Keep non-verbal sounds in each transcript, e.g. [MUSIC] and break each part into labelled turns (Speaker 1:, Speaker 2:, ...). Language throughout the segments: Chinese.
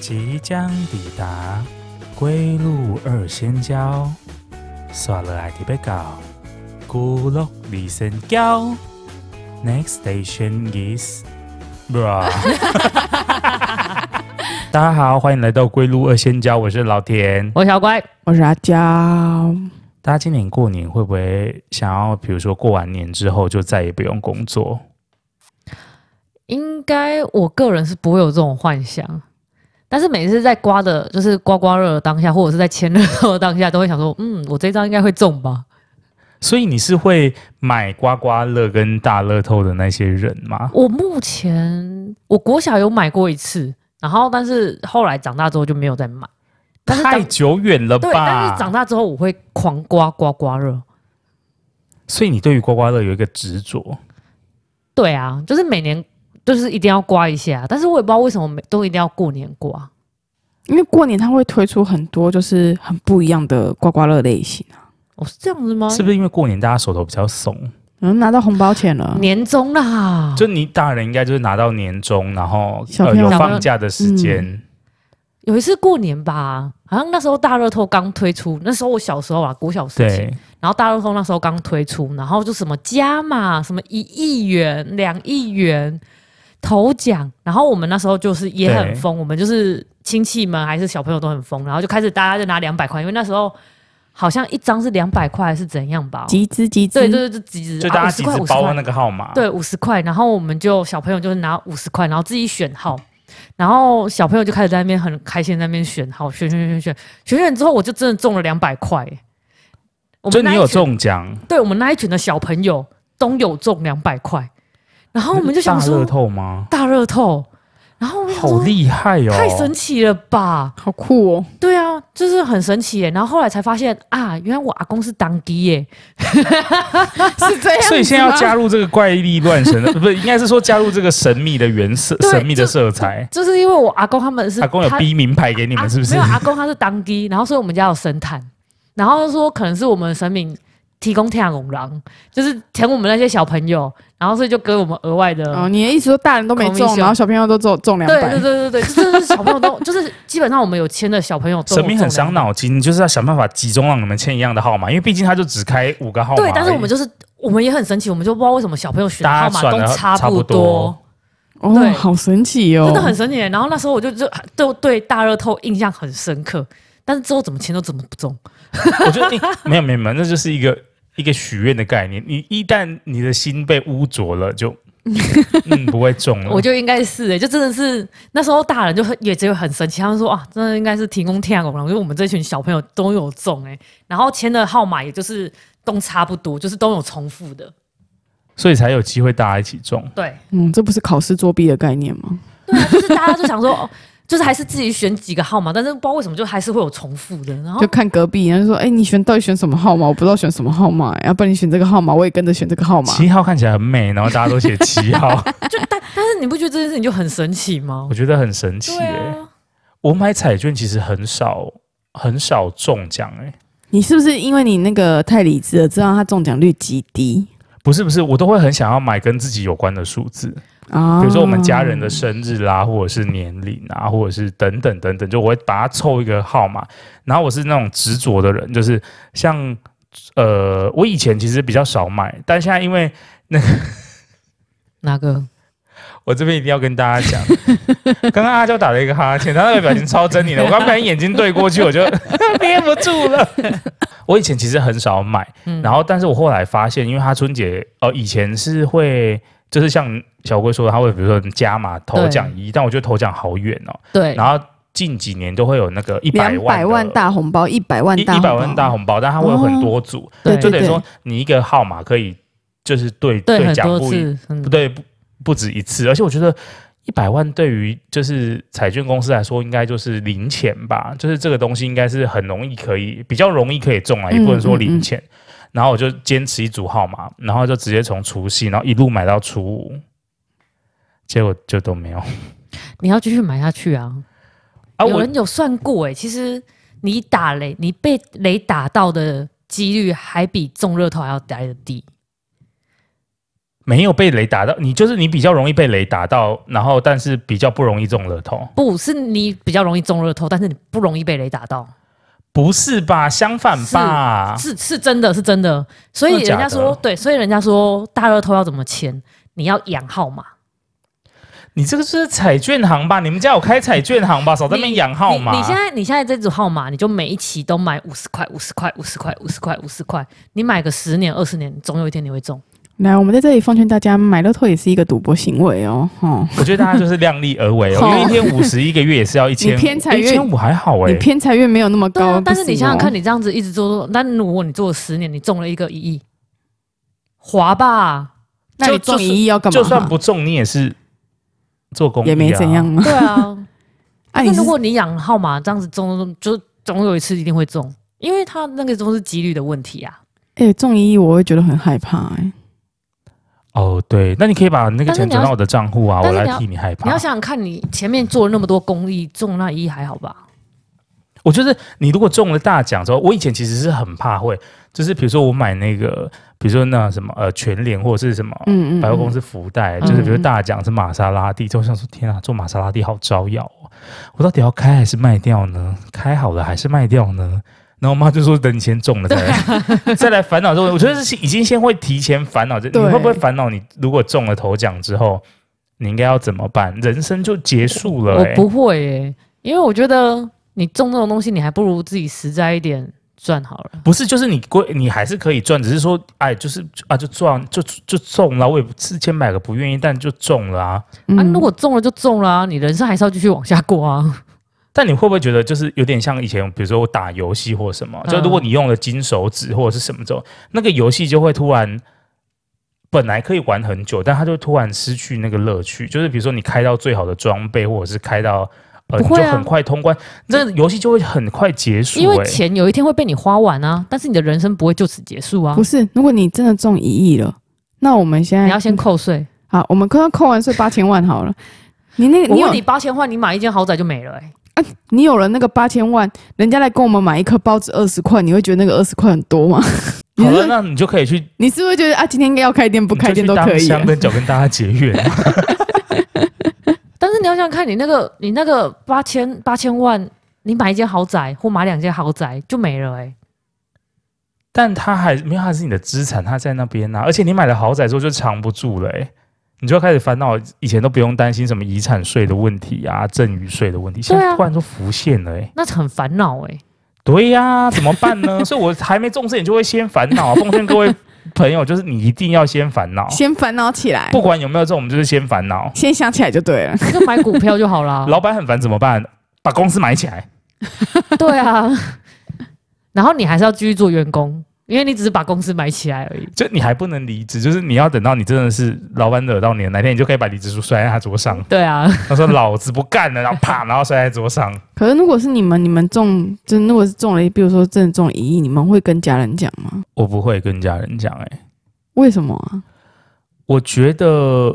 Speaker 1: 即将抵达归路二仙交，刷了爱迪贝高，孤落二仙交。Next station is bra 。 [LAUGHS] 大家好，欢迎来到归路二仙交，我是老田。
Speaker 2: 我是小乖，
Speaker 3: 我是阿娇，
Speaker 1: 大家今年过年会不会想要，比如说过完年之后就再也不用工作？
Speaker 2: 应该我个人是不会有这种幻想，但是每次在刮的，就是刮刮乐的当下，或者是在签乐透的当下，都会想说，嗯，我这张应该会中吧？
Speaker 1: 所以你是会买刮刮乐跟大乐透的那些人吗？
Speaker 2: 我目前我国小有买过一次，然后但是后来长大之后就没有再买。但是长
Speaker 1: 太久远了
Speaker 2: 对，但
Speaker 1: 吧
Speaker 2: 是？长大之后我会狂刮刮刮乐。
Speaker 1: 所以你对于刮刮乐有一个执着，
Speaker 2: 对啊，就是每年就是一定要刮一下，但是我也不知道为什么每都一定要过年刮。
Speaker 3: 因为过年它会推出很多就是很不一样的刮刮乐类型啊，
Speaker 2: 哦，是这样子吗？
Speaker 1: 是不是因为过年大家手头比较松？
Speaker 3: 嗯，拿到红包钱了，
Speaker 2: 年终啦，
Speaker 1: 就你大人应该就是拿到年终，然后
Speaker 3: 小
Speaker 1: 呃
Speaker 3: 朋友
Speaker 1: 有放假的时间，
Speaker 2: 嗯有一次过年吧，好像那时候大乐透刚推出，那时候我小时候啊，国小时期，
Speaker 1: 对，
Speaker 2: 然后大乐透那时候刚推出，然后就什么加码，什么一亿元、两亿元头奖，然后我们那时候就是也很疯，我们就是亲戚们还是小朋友都很疯，然后就开始大家就拿两百块，因为那时候好像一张是两百块还是怎样吧，
Speaker 3: 集资集资，
Speaker 2: 对对对，集资
Speaker 1: 就大家集
Speaker 2: 啊
Speaker 1: 资
Speaker 2: 50块
Speaker 1: 包
Speaker 2: 50
Speaker 1: 那
Speaker 2: 块
Speaker 1: 个号码，
Speaker 2: 对，五十块，然后我们就小朋友就是拿五十块，然后自己选号，然后小朋友就开始在那边很开心，在那边选号，选选选选选选之后，我就真的中了两百块。我
Speaker 1: 就
Speaker 2: 们那
Speaker 1: 你
Speaker 2: 一
Speaker 1: 有
Speaker 2: 群，
Speaker 1: 中奖，
Speaker 2: 对我们那一群的小朋友都有中两百块，然哦后我们就想
Speaker 1: 大乐
Speaker 2: 说
Speaker 1: 透吗？
Speaker 2: 大乐透，然后我们想
Speaker 1: 好
Speaker 2: 说
Speaker 1: 厉害哦！
Speaker 2: 太神奇了吧！
Speaker 3: 好酷
Speaker 2: [LAUGHS]
Speaker 3: 哦，
Speaker 2: 对啊，就是很神奇耶。然后后来才发现啊，原来我阿公是当机耶，
Speaker 3: 是这样
Speaker 2: 啊
Speaker 1: 所以现在要加
Speaker 3: 入
Speaker 1: 入这个怪力乱神的， [LAUGHS] 不是应该是说加入这个神秘的元色、
Speaker 2: [LAUGHS] 对
Speaker 1: 神秘的色彩。
Speaker 2: 就是因为我阿公他们是
Speaker 1: 阿公有
Speaker 2: 他
Speaker 1: 逼名牌给你们，是不是？
Speaker 2: 啊、没有，阿公他是当地，然后所以我们家有神坛，然后说可能是我们神明提供天龙狼，就是填我们那些小朋友，然后所以就给我们额外的。
Speaker 3: 哦，你的意思说大人都没
Speaker 2: 孔明
Speaker 3: 中，
Speaker 2: 秀
Speaker 3: 然后小朋友都中中两
Speaker 2: 对对
Speaker 3: 百，
Speaker 2: 对对对，就是 [LAUGHS] 小朋友都就是基本上我们有签的小朋友都
Speaker 1: [LAUGHS]
Speaker 2: 有
Speaker 1: 神明很
Speaker 2: 中两
Speaker 1: 伤脑筋，就是要想办法集中让你们签一样的号码，因为毕竟他就只开五个号码而已。
Speaker 2: 对，但是我们就是我们也很神奇，我们就不知道为什么小朋友选的
Speaker 1: 哎大
Speaker 2: 号
Speaker 1: 家
Speaker 2: 码
Speaker 1: 算
Speaker 2: 都
Speaker 1: 的
Speaker 2: 差
Speaker 1: 差不
Speaker 2: 不
Speaker 1: 多
Speaker 2: 多，
Speaker 3: 哦
Speaker 2: 对，
Speaker 3: 好神奇哦，
Speaker 2: 真的很神奇。然后那时候我就就就对大乐透印象很深刻，但是之后怎么签都怎么不中。
Speaker 1: [LAUGHS] 我觉得你没有没有没有，那就是一个一个许愿的概念。你一旦你的心被污浊了，就嗯不会中了。
Speaker 2: [LAUGHS] 我就应该是哎、就真的是那时候大人就很也只有很生气，他们说啊，真的应该是提供天龙了，因为我们这群小朋友都有中哎、然后签的号码也就是都差不多，就是都有重复的，
Speaker 1: 所以才有机会大家一起中。
Speaker 2: 对，
Speaker 3: 嗯，这不是考试作弊的概念吗？
Speaker 2: 对啊，就是大家就想说， [LAUGHS] 哦，就是还是自己选几个号码，但是不知道为什么就还是会有重复的，然后
Speaker 3: 就看隔壁，然后说，哎，你选到底选什么号码？我不知道选什么号码，要不然你选这个号码，我也跟着选这个号码，
Speaker 1: 七号看起来很美，然后大家都写七号，
Speaker 2: [LAUGHS] 但是你不觉得这件事情就很神奇吗
Speaker 1: 我？觉得很神奇
Speaker 2: 对
Speaker 1: 耶、
Speaker 2: 啊，
Speaker 1: 我买彩券其实很少很少中奖哎、
Speaker 3: 你是不是因为你那个太理智了，知道他中奖率极低
Speaker 1: 不是不是，我都会很想要买跟自己有关的数字，
Speaker 3: 啊？
Speaker 1: 比如说我们家人的生日啦、或者是年龄啊，或者是等等等等，就我会把它凑一个号码。然后我是那种执着的人，就是像呃，我以前其实比较少买，但现在因为
Speaker 2: 哪个？
Speaker 1: 我这边一定要跟大家讲，刚刚阿娇打了一个哈欠，她那个表情超狰狞的，我刚不小心眼睛对过去，我就 [LAUGHS] 憋不住了。我以前其实很少买，
Speaker 2: 嗯
Speaker 1: 然后但是我后来发现，因为他春节呃以前是会。就是像小龟说的，他会比如说加码头奖一，但我觉得头奖好远哦。
Speaker 2: 对，
Speaker 1: 然后近几年都会有那个一百
Speaker 3: 两
Speaker 1: 万、
Speaker 3: 百万大红包，一百万
Speaker 1: 一
Speaker 3: 大
Speaker 1: 一百万大
Speaker 3: 红
Speaker 1: 红包，但它会有很多组，
Speaker 2: 对
Speaker 1: 就
Speaker 3: 对
Speaker 1: 等于
Speaker 3: 对
Speaker 1: 说你一个号码可以就是对
Speaker 2: 对很
Speaker 1: 奖
Speaker 2: 多
Speaker 1: 不一
Speaker 2: 次，嗯
Speaker 1: 不，对，不不止一次，而且我觉得一百万对于就是彩券公司来说，应该就是零钱吧，就是这个东西应该是很容易可以比较容易可以中啊，也不能说零钱。然后我就坚持一组号码，然后就直接从除夕，然后一路买到初五，结果就都没有
Speaker 2: 你要继续买下去啊。
Speaker 1: 啊！
Speaker 2: 有
Speaker 1: 我
Speaker 2: 人有算过哎、其实你打雷，你被雷打到的几率还比中乐透还要来的低。
Speaker 1: 没有被雷打到，你就是你比较容易被雷打到，然后但是比较不容易中乐透，
Speaker 2: 不是你比较容易中热头，但是你不容易被雷打到，
Speaker 1: 不是吧？相反吧，
Speaker 2: 是是真的是真的。所以
Speaker 1: 啊真的假
Speaker 2: 人
Speaker 1: 的
Speaker 2: 家说对，所以人家说大乐透要怎么签，你要养号码，
Speaker 1: 你这个是彩券行吧？你们家有开彩券行
Speaker 2: [LAUGHS]
Speaker 1: 吧？少在那边养号码。
Speaker 2: 你你现在你现在这组号码，你就每一期都买五十块，五十块，五十块，五十块，五十块，你买个十年二十年，总有一天你会中。
Speaker 3: 来，我们在这里奉劝大家，买乐透也是一个赌博行为哦。哦，
Speaker 1: 我觉得大家就是量力而
Speaker 2: [LAUGHS]
Speaker 1: 为哦，
Speaker 3: 好
Speaker 1: 因为一天五十，一个月也是要一千，
Speaker 3: 你偏财
Speaker 1: 一
Speaker 3: 运
Speaker 1: 千五还好哎、
Speaker 3: 你偏财运没有那么
Speaker 2: 对
Speaker 3: 高，
Speaker 2: 啊，但是
Speaker 3: 不
Speaker 2: 你想想看，
Speaker 3: 哦，
Speaker 2: 你这样子一直做做，但如果你做了十年，你中了一个一亿，划吧？
Speaker 3: 那你
Speaker 1: 就
Speaker 3: 中一亿要干嘛？
Speaker 1: 就算不中，你也是做公益、啊，
Speaker 3: 也没怎样。嘛。
Speaker 2: 对 [LAUGHS] 啊，
Speaker 3: 啊，你
Speaker 2: 那
Speaker 3: 是
Speaker 2: 如果你养号码这样子中，就总有一次一定会中，因为它那个都是几率的问题啊。
Speaker 3: 哎中一亿，我会觉得很害怕哎。
Speaker 1: 哦，对，那你可以把那个
Speaker 2: 但是
Speaker 1: 钱
Speaker 2: 你要
Speaker 1: 转到我的账户啊，我
Speaker 2: 但是
Speaker 1: 来
Speaker 2: 你要
Speaker 1: 替你害怕。
Speaker 2: 你要想想看，你前面做了那么多公益，中那一亿还好吧？
Speaker 1: 我就是你如果中了大奖之后，我以前其实是很怕会，就是比如说我买那个，比如说那什么呃全联或者是什么。
Speaker 3: 嗯嗯，
Speaker 1: 百货公司
Speaker 3: 司
Speaker 1: 福袋，
Speaker 2: 嗯
Speaker 1: 就是比如大奖是玛莎拉蒂，就我想说天啊，做玛莎拉蒂好招摇哦！我到底要开还是卖掉呢？开好了还是卖掉呢？然后我妈就说等你先中了再来再来烦恼这个问题。我觉得是已经先会提前烦恼这，你
Speaker 3: 对
Speaker 1: 会不会烦恼？你如果中了头奖之后，你应该要怎么办？人生就结束了、
Speaker 2: 我
Speaker 1: 欸。
Speaker 2: 不会耶、因为我觉得你中这种东西，你还不如自己实在一点赚好了。啊
Speaker 1: 不是，就是你归你还是可以赚，只是说，哎，就是啊，就赚就就中了，我也不之前买个不愿意，但就中了啊。
Speaker 3: 嗯
Speaker 2: 啊，如果中了就中了啊，你人生还是要继续往下过啊。
Speaker 1: 但你会不会觉得，就是有点像以前，比如说我打游戏或什么，
Speaker 2: 嗯
Speaker 1: 就如果你用了金手指或者是什么之后，那个游戏就会突然本来可以玩很久，但它就突然失去那个乐趣。就是比如说你开到最好的装备，或者是开到呃，
Speaker 2: 不
Speaker 1: 你
Speaker 2: 会
Speaker 1: 就
Speaker 2: 啊
Speaker 1: 很快通关，这个游戏就会很快结束、
Speaker 2: 因为
Speaker 1: 欸
Speaker 2: 钱有一天会被你花完啊，但是你的人生不会就此结束啊
Speaker 3: 不。是，如果你真的中一亿了，那我们现在
Speaker 2: 你要先扣税。
Speaker 3: 好，我们扣扣完税八千万好了。你那个
Speaker 2: 我
Speaker 3: 你有
Speaker 2: 问你，八千万你买一间豪宅就没了、欸，
Speaker 3: 你有了那个八千万，人家来跟我们买一颗包子二十块，你会觉得那个二十块很多吗？你
Speaker 1: 好了，
Speaker 3: 是
Speaker 1: 那哎你就可以去
Speaker 3: 你是不是觉得啊，今天应该要开店不开店都可
Speaker 1: 你就去
Speaker 3: 以
Speaker 1: 当香
Speaker 3: 啊？
Speaker 1: 跟脚跟大家结缘。
Speaker 2: 但是你要想想看，你那个你那个八千八千万，你买一间豪宅或买两间豪宅就没了、欸，
Speaker 1: 但它还没有，它是你的资产，它在那边啊呐、而且你买了豪宅之后就藏不住了、欸，你就要开始烦恼，以前都不用担心什么遗产税的问题啊、赠与税的问题，现
Speaker 2: 对
Speaker 1: 在
Speaker 2: 啊
Speaker 1: 突然就浮现了、欸，
Speaker 2: 那很烦恼哎。
Speaker 1: 对呀、怎么办呢？所以我还没重视，你就会先烦恼、啊。奉劝各位朋友，就是你一定要先烦恼，
Speaker 3: 先烦恼起来，
Speaker 1: 不管有没有这种，我们就是先烦恼。
Speaker 3: 先想起来就对了。
Speaker 2: 那就买股票就好 [LAUGHS] 啦。
Speaker 1: 老板很烦怎么办？把公司买起来。
Speaker 2: 对啊，然后你还是要继续做员工，因为你只是把公司买起来而已。
Speaker 1: 就你还不能离职，就是你要等到你真的是老板惹到你了，哪天你就可以把离职书摔在他桌上。
Speaker 2: 对啊，
Speaker 1: 他说：“老子不干了！”然后啪，然后摔在桌上。
Speaker 3: 可是如果是你们，你们中，就如果是中了，比如说真的中了一亿，你们会跟家人讲吗？
Speaker 1: 我不会跟家人讲，哎，
Speaker 3: 为什么啊？
Speaker 1: 我觉得，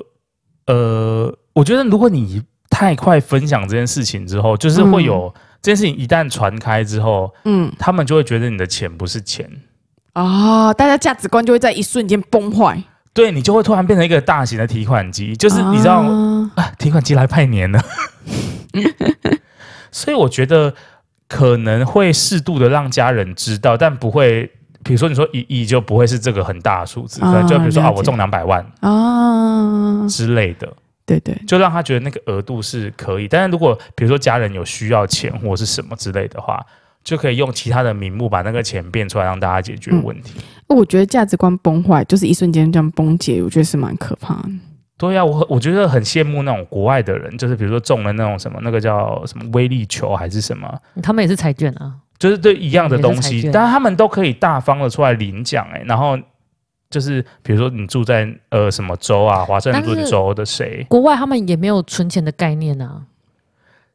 Speaker 1: 呃，我觉得如果你太快分享这件事情之后，就是会有、这件事情一旦传开之后，
Speaker 3: 嗯
Speaker 1: 他们就会觉得你的钱不是钱，
Speaker 3: 啊、大家价值观就会在一瞬间崩坏，
Speaker 1: 对你就会突然变成一个大型的提款机，就是你知道，
Speaker 3: 啊
Speaker 1: 啊，提款机来拜年
Speaker 3: [LAUGHS]
Speaker 1: 了。所以我觉得可能会适度的让家人知道，但不会，比如说你说一亿就不会是这个很大的数字，可能就比如说
Speaker 3: 啊
Speaker 1: 啊，
Speaker 3: 了解
Speaker 1: 我中两百万
Speaker 3: 啊，
Speaker 1: 之类的，
Speaker 3: 对对，
Speaker 1: 就让他觉得那个额度是可以。但是如果比如说家人有需要钱或是什么之类的话，就可以用其他的名目把那个钱变出来，让大家解决
Speaker 2: 嗯
Speaker 1: 问题。
Speaker 3: 我觉得价值观崩坏就是一瞬间这样崩解，我觉得是蛮可怕的。
Speaker 1: 对呀、我我觉得很羡慕那种国外的人，就是比如说中了那种什么那个叫什么威力球还是什么，
Speaker 2: 他们也是彩券啊，
Speaker 1: 就是对一样的东
Speaker 2: 也是彩
Speaker 1: 西，
Speaker 2: 券
Speaker 1: 但是他们都可以大方的出来领奖哎、欸然后就是比如说你住在呃什么州啊，华盛顿
Speaker 2: 但是
Speaker 1: 州的谁，
Speaker 2: 国外他们也没有存钱的概念啊。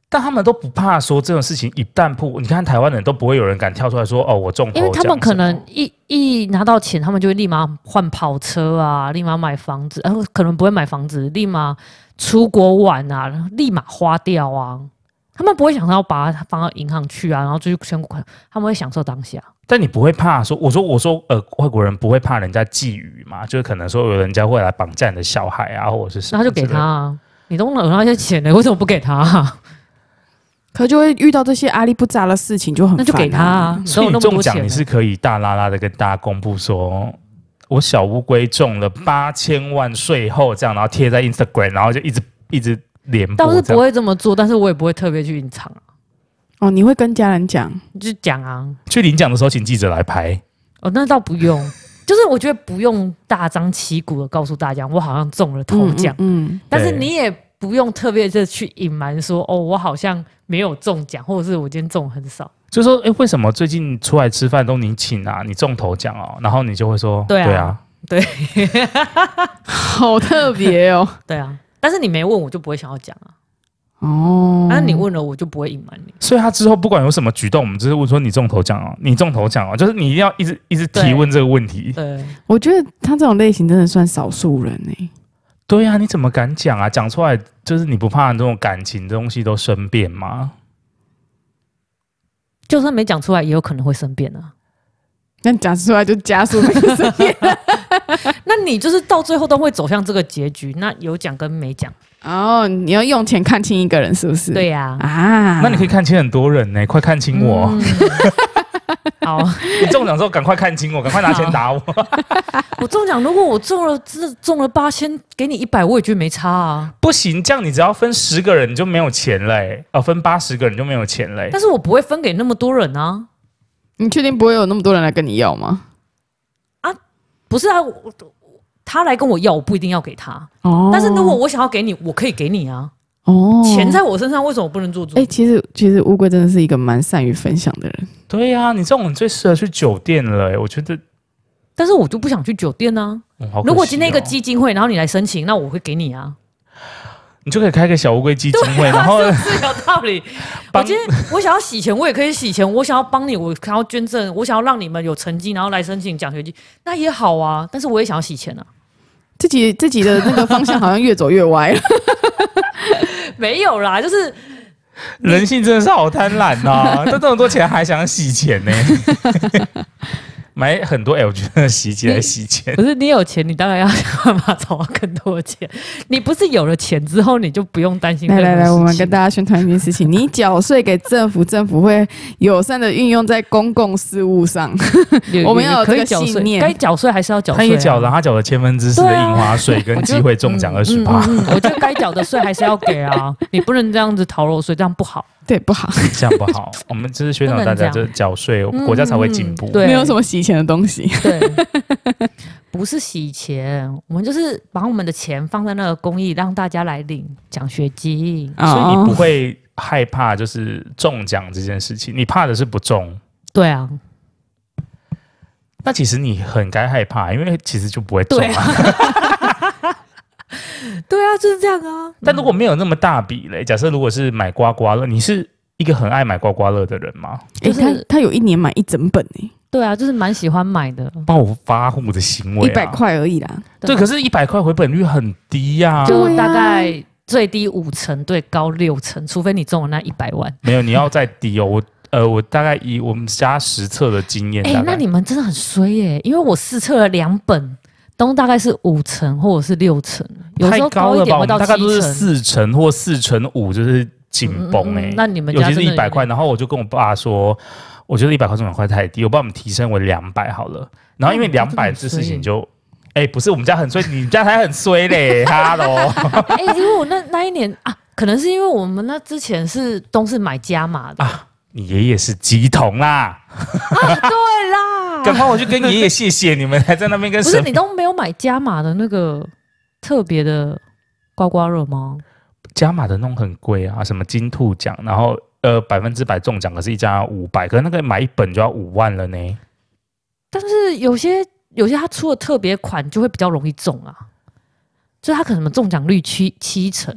Speaker 1: 但他们都不怕说这种事情一旦曝，你看台湾人都不会有人敢跳出来说哦我中头
Speaker 2: 因
Speaker 1: 奖
Speaker 2: 为
Speaker 1: 什么，
Speaker 2: 他们可能一一拿到钱，他们就会立马换跑车啊，立马买房子，呃然后可能不会买房子，立马出国玩啊，然后立马花掉啊。他们不会想到把它放到银行去啊，然后就去全国款，他们会享受当下。
Speaker 1: 但你不会怕说，我说我说呃，外国人不会怕人家觊觎嘛？就是可能说有人家会来绑架你的小孩啊，或者是什
Speaker 2: 然
Speaker 1: 么之
Speaker 2: 后
Speaker 1: 类
Speaker 2: 就
Speaker 1: 的，
Speaker 2: 给他啊，你都拿那些钱了，为什么不给他啊、
Speaker 3: 可就会遇到这些阿里不杂的事情，就很
Speaker 2: 那就
Speaker 3: 烦
Speaker 2: 给他、
Speaker 3: 啊。
Speaker 2: 啊，
Speaker 1: 所
Speaker 2: 都
Speaker 1: 以你
Speaker 2: 有那么
Speaker 1: 中
Speaker 2: 多
Speaker 1: 奖
Speaker 2: 钱
Speaker 1: 你是
Speaker 2: 了。
Speaker 1: 可以大拉拉的跟大家公布说，我小乌龟中了八千万税后这样，然后贴在 Instagram，然后就一直一直连播
Speaker 2: 倒是
Speaker 1: 这
Speaker 2: 不
Speaker 1: 样，
Speaker 2: 会这么做，但是我也不会特别去隐藏啊，
Speaker 3: 哦，你会跟家人讲，
Speaker 2: 就讲啊，
Speaker 1: 去领奖的时候请记者来拍。
Speaker 2: 哦，那倒不用， [LAUGHS] 就是我觉得不用大张旗鼓的告诉大家我好像中了头奖，
Speaker 3: 嗯，嗯
Speaker 2: 但是
Speaker 1: 对
Speaker 2: 你也不用特别的去隐瞒说哦，我好像没有中奖，或者是我今天中很少。
Speaker 1: 就说，哎、为什么最近出来吃饭都你请啊？你中头奖哦，然后你就会说，
Speaker 2: 对啊
Speaker 1: 对啊，
Speaker 3: 好特别哦。
Speaker 2: 对啊，但是你没问我就不会想要讲啊，
Speaker 3: 哦，
Speaker 2: 但是啊你问了我就不会隐瞒你。
Speaker 1: 所以他之后不管有什么举动，我们只是问说你中头奖哦，你中头奖哦，就是你一定要一直一直提问这个问题。
Speaker 2: 对，
Speaker 3: 我觉得他这种类型真的算少数人哎、
Speaker 1: 对啊，你怎么敢讲啊？讲出来就是你不怕这种感情的东西都生变吗？
Speaker 2: 就算没讲出来，也有可能会生变啊。
Speaker 3: 那讲出来就加速那个声音
Speaker 2: 那你就是到最后都会走向这个结局，那有讲跟没讲，
Speaker 3: 哦，你要用钱看清一个人是不是？
Speaker 2: 对呀、
Speaker 3: 啊，
Speaker 1: 那你可以看清很多人呢、快看清我！
Speaker 2: 嗯 [LAUGHS] 好，
Speaker 1: 你中奖之后赶快看清我，赶快拿钱打
Speaker 2: [LAUGHS]
Speaker 1: 我。
Speaker 2: 我中奖，如果我中了，这中了八千，给你一百，我也觉得没差啊。
Speaker 1: 不行，这样你只要分十个人你就没有钱嘞、欸，哦，分八十个人就没有钱嘞、
Speaker 2: 但是我不会分给那么多人啊。
Speaker 3: 你确定不会有那么多人来跟你要吗？
Speaker 2: 不是啊，我我他来跟我要，我不一定要给他。
Speaker 3: 哦
Speaker 2: 但是如果我想要给你，我可以给你啊。
Speaker 3: 哦
Speaker 2: 钱在我身上，为什么我不能做主？
Speaker 3: 哎、其实其实乌龟真的是一个蛮善于分享的人，
Speaker 1: 对呀、你这种最适合去酒店了、欸，我觉得。
Speaker 2: 但是我就不想去酒店啊。
Speaker 1: 嗯好可惜哦
Speaker 2: 如果今天一个基金会，然后你来申请，那我会给你啊。
Speaker 1: 你就可以开个小乌龟基金会，然后
Speaker 2: [LAUGHS] 是啊有道理。我
Speaker 1: 帮
Speaker 2: 今天我想要洗钱，我也可以洗钱；我想要帮你，我想要捐赠，我想要让你们有成绩，然后来申请奖学金，那也好啊。但是我也想要洗钱啊。
Speaker 3: 自己自己的那个方向好像越走越歪了。
Speaker 2: [LAUGHS] 没有啦，就是
Speaker 1: 人性真的是好贪婪呐、啊！
Speaker 2: [LAUGHS]
Speaker 1: 都这么多钱还想洗钱呢、买很多 LG 的洗衣机来洗钱，
Speaker 2: 不是你有钱，你当然要想办法找到更多钱。你不是有了钱之后，你就不用担心
Speaker 3: 来来来，我们跟大
Speaker 2: 家
Speaker 3: 家宣传一件事情：你缴税给政府，政府会友善的运用在公共事务上。 [LAUGHS] 我们要有这
Speaker 2: 可
Speaker 3: 个
Speaker 2: 以缴
Speaker 3: 信
Speaker 2: 税，
Speaker 3: 念
Speaker 2: 该缴税还是要缴税、
Speaker 1: 他
Speaker 2: 啊。
Speaker 1: 也缴了，他缴了千分之四的
Speaker 2: 对啊
Speaker 1: 印花税跟机会中奖二十
Speaker 2: 嗯
Speaker 1: 趴，
Speaker 2: 嗯
Speaker 1: [LAUGHS]
Speaker 2: 嗯我觉得该缴的税还是要给啊，你不能这样子逃漏税，这样不好。
Speaker 3: 对，不好，
Speaker 2: 嗯
Speaker 1: [LAUGHS] 这样不好。我们就是宣导大家就是缴税，
Speaker 2: 能这样
Speaker 1: 国家才会进步
Speaker 2: 嗯嗯。对
Speaker 3: 没有什么洗钱的东西。
Speaker 2: 对， [LAUGHS] 不是洗钱，我们就是把我们的钱放在那个公益，让大家来领奖学金。
Speaker 1: 所以你不
Speaker 3: 哦，
Speaker 1: 会害怕就是中奖这件事情，你怕的是不中。
Speaker 2: 对啊，
Speaker 1: 那其实你很该害怕，因为其实就不会中
Speaker 2: 对
Speaker 1: 啊。
Speaker 2: 对啊，就是这样啊。
Speaker 1: 但如果没有那么大笔嘞，假设如果是买刮刮乐，你是一个很爱买刮刮乐的人吗？
Speaker 3: 哎、
Speaker 2: 就是
Speaker 3: 他他有一年买一整本哎、
Speaker 2: 对啊，就是蛮喜欢买的，
Speaker 1: 暴发户的行为、
Speaker 3: 一
Speaker 1: 啊，
Speaker 3: 百，块而已啦。
Speaker 1: 对，可是一百块回本率很低呀、
Speaker 2: 就
Speaker 3: 对啊
Speaker 2: 大概最低五成，对高六成，除非你中了那一百万。
Speaker 1: 没有，你要再低哦。我呃，我大概以我们家实测的经验，
Speaker 2: 哎、
Speaker 1: 大概
Speaker 2: 那你们真的很衰耶、因为我试测了两本，都大概是五成或者是六成，有时
Speaker 1: 太
Speaker 2: 候
Speaker 1: 高
Speaker 2: 一
Speaker 1: 了吧？
Speaker 2: 点
Speaker 1: 我
Speaker 2: 会
Speaker 1: 们
Speaker 2: 到
Speaker 1: 大
Speaker 2: 七
Speaker 1: 概都是
Speaker 2: 成。
Speaker 1: 四成或四成五，就是紧绷哎
Speaker 2: 嗯嗯嗯。那你们
Speaker 1: 尤
Speaker 2: 家
Speaker 1: 其是
Speaker 2: 真的
Speaker 1: 一百块，然后我就跟我爸说，我觉得一百块中奖块太低，我帮我们提升为两百好了。然后因为
Speaker 2: 那你们
Speaker 1: 两
Speaker 2: 家
Speaker 1: 百
Speaker 2: 真的
Speaker 1: 这
Speaker 2: 很
Speaker 1: 事情
Speaker 2: 衰
Speaker 1: 就。哎、不是我们家很衰，你们家才很衰
Speaker 2: [LAUGHS]
Speaker 1: 嘞哈喽。
Speaker 2: 哎、因为我那那一年啊，可能是因为我们那之前是都是买加码的，
Speaker 1: 啊你爷爷是鸡童啦，
Speaker 2: 对啦，
Speaker 1: 赶快我去跟爷爷谢谢，你们还在那边跟
Speaker 2: 不是
Speaker 1: 神
Speaker 2: 你都没有买加码的那个特别的刮刮乐吗？
Speaker 1: 加码的那种很贵啊，什么金兔奖，然后呃百分之百中奖，可是一张要五百，可是那个买一本就要五万了呢。
Speaker 2: 但是有些有些他出的特别款就会比较容易中啊，就是他可能什么中奖率七七成，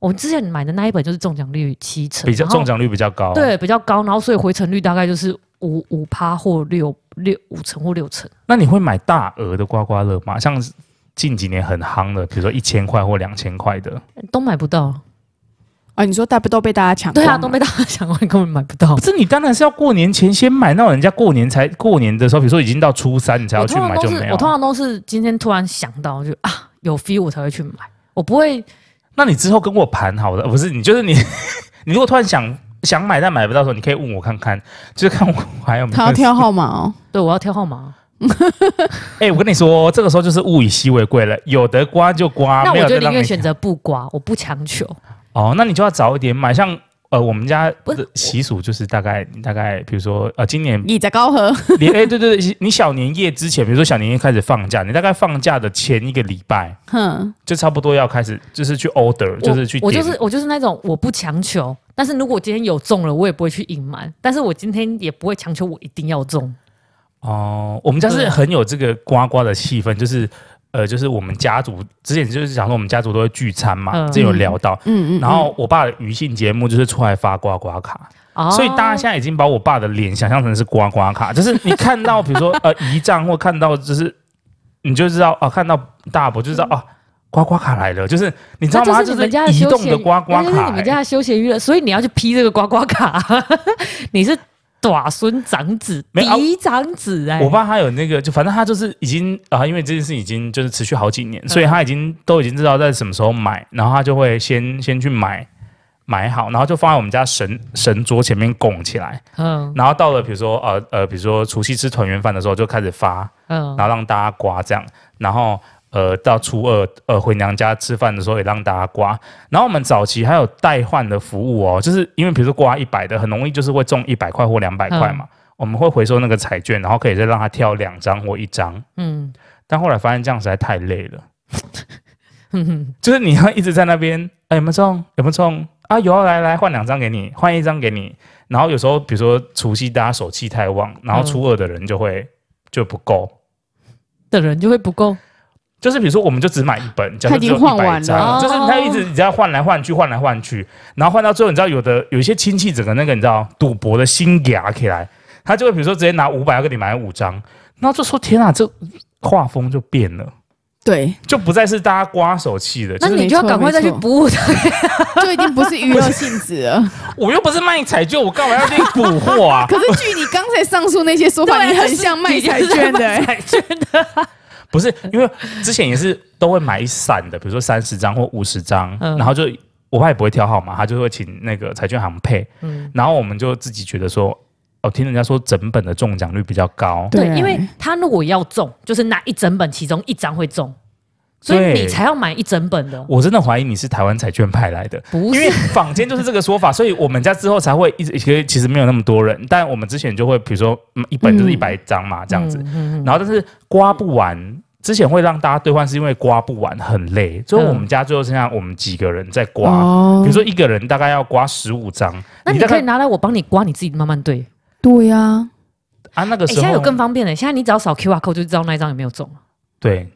Speaker 2: 我之前买的那一本就是中奖率七成，
Speaker 1: 比较
Speaker 2: 然后
Speaker 1: 中奖率比较高。，
Speaker 2: 对比较高，然后所以回程率大概就是五五趴或六六五成或六成，
Speaker 1: 那你会买大额的刮刮乐吗？像近几年很夯的，比如说一千块或两千块的，
Speaker 2: 都买不到。
Speaker 3: 啊，你说大不都被大家抢光
Speaker 2: 对
Speaker 3: 了？
Speaker 2: 啊，都被大家 [LAUGHS] 想完，根本买不到
Speaker 1: 不。是你当然是要过年前先买，那人家过年才过年的时候，比如说已经到初三你才要
Speaker 2: 我
Speaker 1: 去
Speaker 2: 通常
Speaker 1: 买
Speaker 2: 都
Speaker 1: 就是没有啊
Speaker 2: 我。通常都是今天突然想到就啊有 feel 我才会去买，我不会
Speaker 1: 那你之后跟我盘好了，呃不是你就是你， [LAUGHS] 你如果突然想想买但买不到的时候，你可以问我看看，就是看我还有没有。
Speaker 3: 他要挑号码 [LAUGHS] 哦。
Speaker 2: 对我要挑号码。
Speaker 1: 哎、我跟你说，这个时候就是物以稀为贵了，有的刮就刮，
Speaker 2: 那
Speaker 1: 啊没
Speaker 2: 我
Speaker 1: 有
Speaker 2: 就
Speaker 1: 的
Speaker 2: 宁
Speaker 1: 让
Speaker 2: 愿
Speaker 1: 你
Speaker 2: 选择不刮，我不强求。
Speaker 1: 哦，那你就要早一点买。像呃，我们家
Speaker 2: 不
Speaker 1: 的
Speaker 2: 是
Speaker 1: 习俗就是大概大概，比如说呃，今年
Speaker 3: 你在高和，
Speaker 1: 连 [LAUGHS] 哎、对对对，你小年夜之前，比如说小年夜开始放假，你大概放假的前一个礼拜
Speaker 3: [LAUGHS] 哼，
Speaker 1: 就差不多要开始，就是去 order，就是去
Speaker 2: 我我就
Speaker 1: 点
Speaker 2: 是我就是那种我不强求，但是如果今天有中了，我也不会去隐瞒，但是我今天也不会强求我一定要中。
Speaker 1: 哦，我们家是
Speaker 2: 对
Speaker 1: 很有这个呱呱的气氛，就是呃，就是我们家族之前就是想说我们家族都会聚餐嘛，
Speaker 2: 嗯
Speaker 1: 之前有聊到。
Speaker 3: 嗯嗯，
Speaker 1: 然后我爸的娱性节目就是出来发刮刮卡，
Speaker 2: 哦
Speaker 1: 所以大家现在已经把我爸的脸想象成是刮刮卡，就是你看到比如
Speaker 2: [LAUGHS]
Speaker 1: 说呃仪仗或看到就是你就知道啊，看到大伯就知道啊刮刮卡来了，就是你知道吗？
Speaker 2: 嗯那
Speaker 1: 它就
Speaker 2: 就是你们家的
Speaker 1: 移
Speaker 2: 休
Speaker 1: 动的
Speaker 2: 闲，
Speaker 1: 刮刮
Speaker 2: 那就是
Speaker 1: 卡
Speaker 2: 你们
Speaker 1: 欸，啊
Speaker 2: 家的休闲娱乐，所以你要去批这个刮刮卡， [LAUGHS] 你是短孙长子、
Speaker 1: 没有啊
Speaker 2: 嫡长子哎、
Speaker 1: 我爸他有那个，就反正他就是已经啊，因为这件事已经就是持续好几
Speaker 2: 嗯
Speaker 1: 年，所以他已经都已经知道在什么时候买，然后他就会先先去买买好，然后就放在我们家神神桌前面供起来，
Speaker 2: 嗯
Speaker 1: 然后到了比如说呃呃，比如说除夕吃团圆饭的时候就开始发，
Speaker 2: 嗯
Speaker 1: 然后让大家刮这样，然后呃到初二呃回娘家吃饭的时候也让大家刮，然后我们早期还有代换的服务哦，就是因为比如说刮一百的很容易就是会中一百块或两百块嘛，我们会回收那个彩券，然后可以再让他挑两张或一张，
Speaker 2: 嗯
Speaker 1: 但后来发现这样实在太累了，
Speaker 2: 哼哼，
Speaker 1: 就是你要一直在那边，哎有没有中有没有中啊有啊来来换两张给你，换一张给你，然后有时候比如说除夕大家手气太旺，然后初二的人就会、就不够。
Speaker 2: 的人就会不够。
Speaker 1: 就是比如说，我们就只买一本，假设
Speaker 3: 他已
Speaker 1: 只
Speaker 3: 经
Speaker 1: 有
Speaker 3: 换
Speaker 1: 一
Speaker 3: 完哦
Speaker 1: 百
Speaker 2: 了
Speaker 1: 张，就是他一直你知道换来换去，换来换去，然后换到最后，你知道有的有一些亲戚整个那个你知道赌博的心牙起来，他就会比如说直接拿五百要给你买五张，然后就说天啊，这画风就变了，
Speaker 3: 对，
Speaker 1: 就不再是大家刮手气的，就
Speaker 2: 那
Speaker 1: 是
Speaker 2: 你就要赶快再去补他。
Speaker 3: 就已经不是娱乐性质了。 [LAUGHS]
Speaker 1: 我又不是卖彩券，我干嘛要去蛊惑啊？
Speaker 3: 可是据你刚才上述那些 [LAUGHS] 说法，
Speaker 2: 对
Speaker 3: 你很像卖彩
Speaker 2: 你就是
Speaker 3: 券
Speaker 2: 在
Speaker 3: 的、
Speaker 2: 卖
Speaker 3: 欸，
Speaker 2: 彩券
Speaker 1: [LAUGHS] 不是，因为之前也是都会买一散的，比如说三十张或五十张，
Speaker 2: 嗯
Speaker 1: 然后就我爸也不会挑号码，他就会请那个彩券行配，
Speaker 2: 嗯
Speaker 1: 然后我们就自己觉得说，哦，听人家说整本的中奖率比较高，
Speaker 3: 对
Speaker 2: 对，因为他如果要中，就是那一整本其中一张会中，所以
Speaker 1: 对
Speaker 2: 你才要买一整本的，哦
Speaker 1: 我真的怀疑你是台湾彩券派来的。
Speaker 2: 不
Speaker 1: 因为
Speaker 2: 是？
Speaker 1: 坊间就是这个说法，所以我们家之后才会一直，其实其实没有那么多人，但我们之前就会，比如说嗯一本就是一百张嘛，这样子，
Speaker 2: 嗯嗯
Speaker 1: 然后但是刮不完，之前会让大家兑换，是因为刮不完很累，所以我们家最后剩下我们几个人在刮，
Speaker 3: 哦
Speaker 1: 比如说一个人大概要刮十五张，
Speaker 2: 那你
Speaker 1: 大
Speaker 2: 可以
Speaker 1: 概
Speaker 2: 拿来我帮你刮，你自己慢慢对。
Speaker 3: 对呀、
Speaker 1: 啊那个
Speaker 2: 哎，
Speaker 1: 时
Speaker 2: 现在
Speaker 1: 候
Speaker 2: 有更方便的，现在你只要扫 QR code 就知道那一张有没有中。
Speaker 1: 对，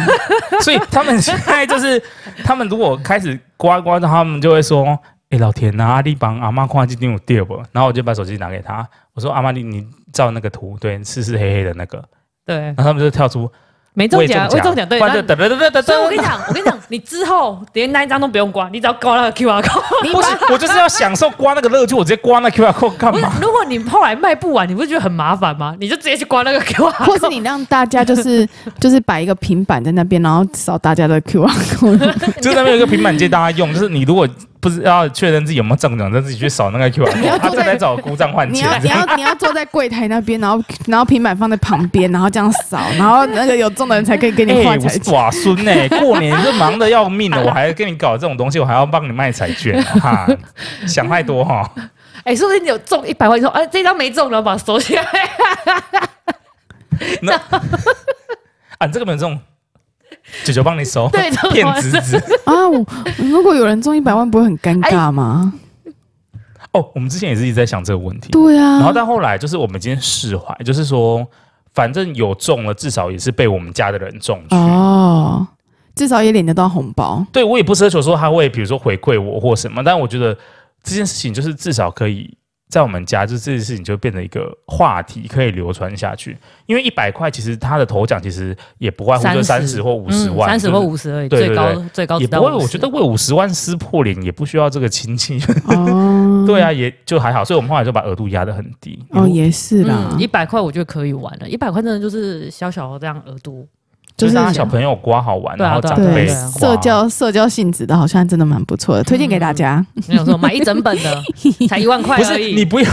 Speaker 1: [LAUGHS] 所以他们现在就是他们如果开始刮刮，他们就会说。哎、老田啊，阿力帮阿妈看这张有掉不？然后我就把手机拿给他，我说阿妈，你你照那个图，对，是是黑黑的那个。
Speaker 2: 对，
Speaker 1: 然后他们就跳出
Speaker 2: 没
Speaker 1: 我
Speaker 2: 中
Speaker 1: 也
Speaker 2: 奖，
Speaker 1: 中
Speaker 2: 中奖，对。
Speaker 1: 不然
Speaker 2: 那
Speaker 1: [LAUGHS] 就啊等等等等
Speaker 2: 所以我
Speaker 1: 等
Speaker 2: 跟你讲，我跟你讲，你之后连那一张都不用刮，你只要刮那个 QR code。
Speaker 1: 不是， [LAUGHS] 我就是要享受刮那个乐趣，我直接刮那 QR code 干
Speaker 2: 不是
Speaker 1: 嘛？，
Speaker 2: [LAUGHS] 如果你后来卖不完，你不是觉得很麻烦吗？你就直接去刮那个 QR
Speaker 3: 或
Speaker 2: code。
Speaker 3: 啊是你让大家就是 [LAUGHS] 就是摆一个平板在那边，然后扫大家的 QR code，
Speaker 1: 就是那边有一个平板借大家用，就是你如果不知道确认自己有没有中奖，就自己去扫那个 QR
Speaker 3: 你要
Speaker 1: code，
Speaker 3: 坐
Speaker 1: 他
Speaker 3: 在
Speaker 1: 就来找姑丈换
Speaker 3: [LAUGHS] 你
Speaker 1: 钱
Speaker 3: 要。你要你要坐在柜台那边，然后然后平板放在旁边，然后这样扫，然后那个有中的人才可以给你
Speaker 1: 哎，
Speaker 3: 换
Speaker 1: 我
Speaker 3: 彩
Speaker 1: 是
Speaker 3: 券。
Speaker 1: 寡孙呢、
Speaker 3: [LAUGHS]
Speaker 1: 过年就忙得要命了，我还跟你搞这种东西，我还要帮你卖彩
Speaker 3: [LAUGHS]
Speaker 1: 券，哈，想太多哈、
Speaker 2: 哎，说不定你有中一百万，你说哎这张没中，然后把它收起来。
Speaker 1: 啊，你这个没有中，九九帮你收， [LAUGHS]
Speaker 2: 对这种
Speaker 1: 骗子子。
Speaker 3: 啊，我如果有人中一百万，不会很尴尬吗？
Speaker 1: 哦，我们之前也是一直在想这个问题，
Speaker 3: 对啊，
Speaker 1: 然后到后来就是我们已经释怀，就是说，反正有中了，至少也是被我们家的人中去。
Speaker 3: 哦，至少也领得到红包。
Speaker 1: 对我也不奢求说他会比如说回馈我或什么，但我觉得这件事情就是至少可以在我们家，就这件事情就变成一个话题，可以流传下去。因为一百块，其实它的头奖其实也不外乎就三十或五十万，
Speaker 2: 嗯三十、
Speaker 1: 就
Speaker 2: 或
Speaker 1: 是
Speaker 2: 五十而已，
Speaker 1: 对
Speaker 2: 最
Speaker 1: 对
Speaker 2: 高
Speaker 1: 对
Speaker 2: 最高
Speaker 1: 也
Speaker 2: 只
Speaker 1: 不
Speaker 2: 到
Speaker 1: 会。
Speaker 2: 50。
Speaker 1: 我觉得为五十万撕破脸，也不需要这个亲戚。
Speaker 3: 哦
Speaker 1: 对啊，也就还好，所以我们后来就把额度压得很低。
Speaker 3: 哦，也是
Speaker 1: 啊
Speaker 3: 啦，
Speaker 2: 嗯，一百块我觉得可以玩了，一百块真的就是小小的这样额度，
Speaker 1: 就是
Speaker 3: 就是
Speaker 1: 让小朋友刮好玩，
Speaker 2: 对啊
Speaker 1: 然后长
Speaker 2: 对
Speaker 1: 辈
Speaker 3: 对
Speaker 2: 啊
Speaker 1: 刮
Speaker 3: 社交社交性质的，好像真的蛮不错的，推荐给大家。
Speaker 2: 没有说买一整本
Speaker 1: [LAUGHS]
Speaker 2: 的才一万块
Speaker 1: 不
Speaker 2: 而
Speaker 1: 是
Speaker 2: 已。
Speaker 1: 你不要，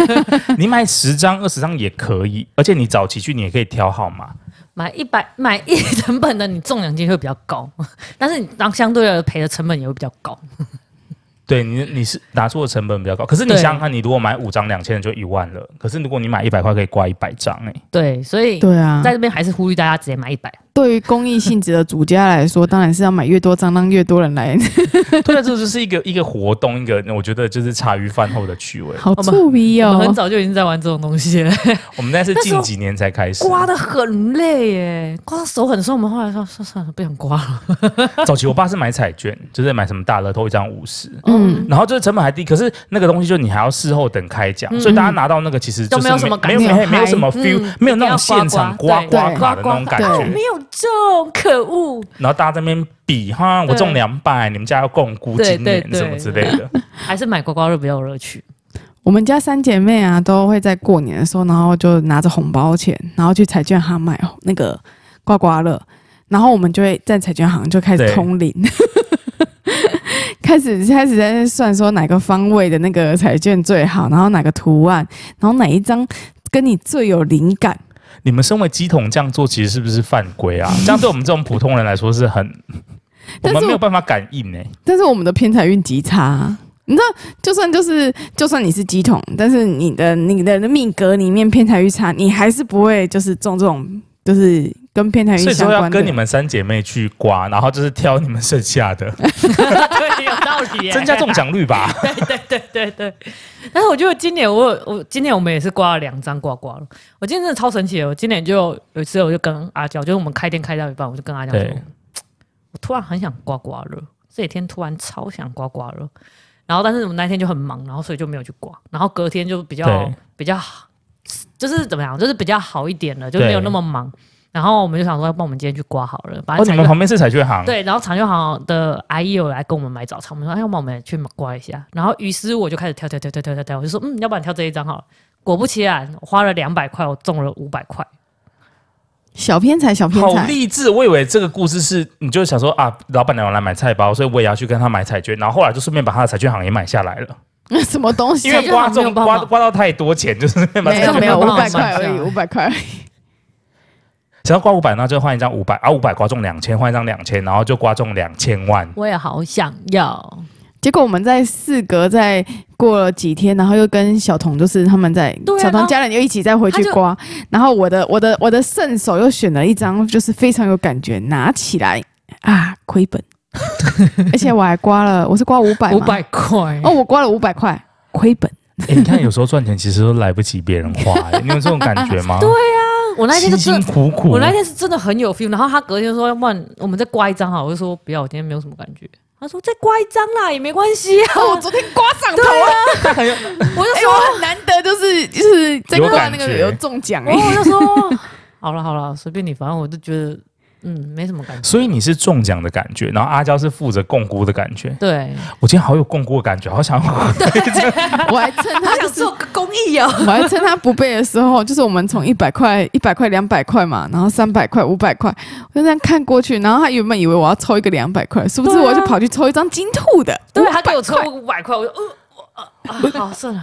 Speaker 1: [LAUGHS] 你买十张二十张也可以，而且你早期去你也可以挑号码。
Speaker 2: 买一百买一整本的，你中奖几率会比较高， [LAUGHS] 但是你当相对的赔的成本也会比较高。
Speaker 1: 对你，你是拿出的成本比较高，可是你
Speaker 2: 对
Speaker 1: 想想看，你如果买五张两千的就一万了，可是如果你买一百块可以刮一百张
Speaker 2: [LAUGHS]
Speaker 1: 哎，
Speaker 2: 对，所以
Speaker 3: 对啊，
Speaker 2: 在这边还是呼吁大家直接买一百。
Speaker 3: 对于公益性质的主家来说，当然是要买越多张，让越多人来，
Speaker 1: 对啊，这就是一个一个活动，一个我觉得就是茶余饭后的趣味。
Speaker 3: 好
Speaker 2: 们
Speaker 3: 触鼻
Speaker 2: 我们很
Speaker 3: 哦。
Speaker 2: 早就已经在玩这种东
Speaker 1: [LAUGHS]
Speaker 2: 西了，
Speaker 1: 我们那是
Speaker 2: 那时
Speaker 1: 近
Speaker 2: 候
Speaker 1: 几年才开始，
Speaker 2: 刮的很累耶，刮到手很酸。我们后来说算算了，不想刮了。
Speaker 1: 早期我爸是买彩券，就是买什么大乐透一张五十，
Speaker 3: 嗯，
Speaker 1: 然后就是成本还低，可是那个东西就你还要事后等开奖，所以大家拿到那个其实就是
Speaker 2: 嗯就没有什么
Speaker 1: 没
Speaker 2: 感
Speaker 1: 有没有
Speaker 3: 觉
Speaker 1: 没有什么
Speaker 2: 嗯
Speaker 1: feel，、没有那种现场刮
Speaker 2: 一定
Speaker 1: 刮
Speaker 3: 要刮刮
Speaker 1: 卡的那种感
Speaker 3: 对
Speaker 1: 觉
Speaker 2: 没。有中，可恶！
Speaker 1: 然后大家在那边比哈，我中
Speaker 2: 对
Speaker 1: 两百，你们家要共估
Speaker 2: 对
Speaker 1: 今年
Speaker 2: 对对
Speaker 1: 什么之类的。
Speaker 2: 还是买刮刮乐比较有乐趣。
Speaker 3: 我们家三姐妹啊，都会在过年的时候，然后就拿着红包钱，然后去彩券行买那个刮刮乐，然后我们就会在彩券行就开
Speaker 1: 对
Speaker 3: 始通灵， [LAUGHS] 开始开始在那算说哪个方位的那个彩券最好，然后哪个图案，然后哪一张跟你最有灵感。
Speaker 1: 你们身为鸡桶这样做，其实是不是犯规
Speaker 3: [LAUGHS]
Speaker 1: 啊？这样对我们这种普通人来说是很，我
Speaker 3: 但是
Speaker 1: 们没有
Speaker 3: 我
Speaker 1: 办法感应呢、欸
Speaker 3: 但是我们的偏财运极差、啊你知道，就算就是就算你是鸡桶，但是你的你的命格里面偏财运差，你还是不会就是中这种就是跟偏财
Speaker 1: 所
Speaker 3: 运
Speaker 1: 以
Speaker 3: 相
Speaker 1: 说要
Speaker 3: 关的。
Speaker 1: 跟你们三姐妹去刮，然后就是挑你们剩下
Speaker 3: [LAUGHS]
Speaker 1: 的，
Speaker 2: [LAUGHS] 对，有道理耶
Speaker 1: 增加中。奖率吧。
Speaker 2: 对对 [LAUGHS] 对对。但是我觉得今年我有我今年我们也是刮了两张刮刮乐，我今天真的超神奇的。我今年就有一次我就跟阿娇，就是我们开店开到一半，我就跟阿娇说
Speaker 1: 对，
Speaker 2: 我突然很想刮刮乐，这几天突然超想刮刮乐。然后但是我们那天就很忙，然后所以就没有去刮。然后隔天就比较
Speaker 1: 对
Speaker 2: 比较就是怎么样，就是比较好一点了，就没有
Speaker 1: 对
Speaker 2: 那么忙。然后我们就想说，要不然我们今天去刮好了，反
Speaker 1: 哦，
Speaker 2: 正
Speaker 1: 你
Speaker 2: 才
Speaker 3: 啊
Speaker 1: 们旁边是彩券行，
Speaker 2: 对，然后长秀行的阿姨有来跟我们买早餐，我们说，哎，要不然我们也去刮一下。然后于是我就开始挑挑挑挑挑挑挑，我就说，嗯，要不然挑这一张好了。果不其然，我花了两百块，我中了五百块。
Speaker 3: 小偏财，小偏
Speaker 1: 好
Speaker 3: 财，
Speaker 1: 励志！我以为这个故事是你就想说啊，老板娘来买菜包，所以我也要去跟她买彩券，然后后来就顺便把她的彩券行也买下来
Speaker 3: [LAUGHS]
Speaker 1: 了，
Speaker 3: [LAUGHS] 什么东西
Speaker 1: 因
Speaker 3: 啊？
Speaker 1: 为刮
Speaker 2: 彩券行没
Speaker 1: 中
Speaker 2: 有办法
Speaker 1: 刮刮到太多钱，就是把
Speaker 3: 没
Speaker 1: 彩
Speaker 3: 有
Speaker 1: 券
Speaker 3: 没有
Speaker 2: 没
Speaker 3: 五
Speaker 2: 有
Speaker 3: 百
Speaker 2: 办法
Speaker 3: 块而
Speaker 2: 想
Speaker 3: 已，
Speaker 2: 象
Speaker 3: 五百块而已。
Speaker 1: 想要刮五百，那就换一张五百，啊五百刮中两千，换一张两千，然后就刮中两千万。
Speaker 2: 我也好想要，
Speaker 3: 结果我们在四格在过了几天，然后又跟小童就是他们在、
Speaker 2: 对啊
Speaker 3: 小
Speaker 2: 然
Speaker 3: 童
Speaker 2: 后
Speaker 3: 家人又一起再回去
Speaker 2: 他就
Speaker 3: 刮，然后我的我的我的圣手又选了一张，就是非常有感觉，拿起来啊亏
Speaker 2: [LAUGHS]
Speaker 3: 本，而且我还刮了，我是刮五百，
Speaker 2: 五百块。
Speaker 3: 哦，我刮了五百块亏本，
Speaker 1: [LAUGHS] 哎，你看有时候赚钱其实都来不及别人花，哎你有这种感觉
Speaker 2: [LAUGHS]
Speaker 1: 吗？对，
Speaker 2: 我那天就
Speaker 1: 辛
Speaker 2: 真
Speaker 1: 辛
Speaker 2: 的，
Speaker 1: 苦苦。
Speaker 2: 我那天是真的很有 feel。然后他隔天说，要不然我们再刮一张好了，我就说不要，我今天没有什么感觉。他说再刮一张啦，也没关系啊。
Speaker 3: [LAUGHS] 哦，我昨天刮上头了，
Speaker 2: 我就
Speaker 3: [LAUGHS] 哎、
Speaker 2: 说，
Speaker 3: 我很难得就是就是在
Speaker 1: 有
Speaker 3: 刮
Speaker 1: 感
Speaker 3: 那个
Speaker 1: 觉
Speaker 3: 有中奖哎、
Speaker 2: 然后哦我就说，好了好了，随便你，反正我就觉得，嗯，没什么感觉。
Speaker 1: 所以你是中奖的感觉，然后阿娇是负责共估的感觉。
Speaker 2: 对，
Speaker 1: 我今天好有共估的感觉，好想
Speaker 2: [LAUGHS]
Speaker 1: 要
Speaker 3: [LAUGHS] 我还趁他就是
Speaker 2: 个公益哦。
Speaker 3: [LAUGHS] 我还趁他不备的时候，就是我们从一百块、一百块、两百块嘛，然后三百块、五百块，我就这样看过去，然后他原本以为我要抽一个两百块，殊不知
Speaker 2: 对啊
Speaker 3: 我就跑去抽一张金兔的，
Speaker 2: 对啊他给我
Speaker 3: 500
Speaker 2: 抽
Speaker 3: 块
Speaker 2: 五百块，我就呃，我 [LAUGHS] 啊，好算了。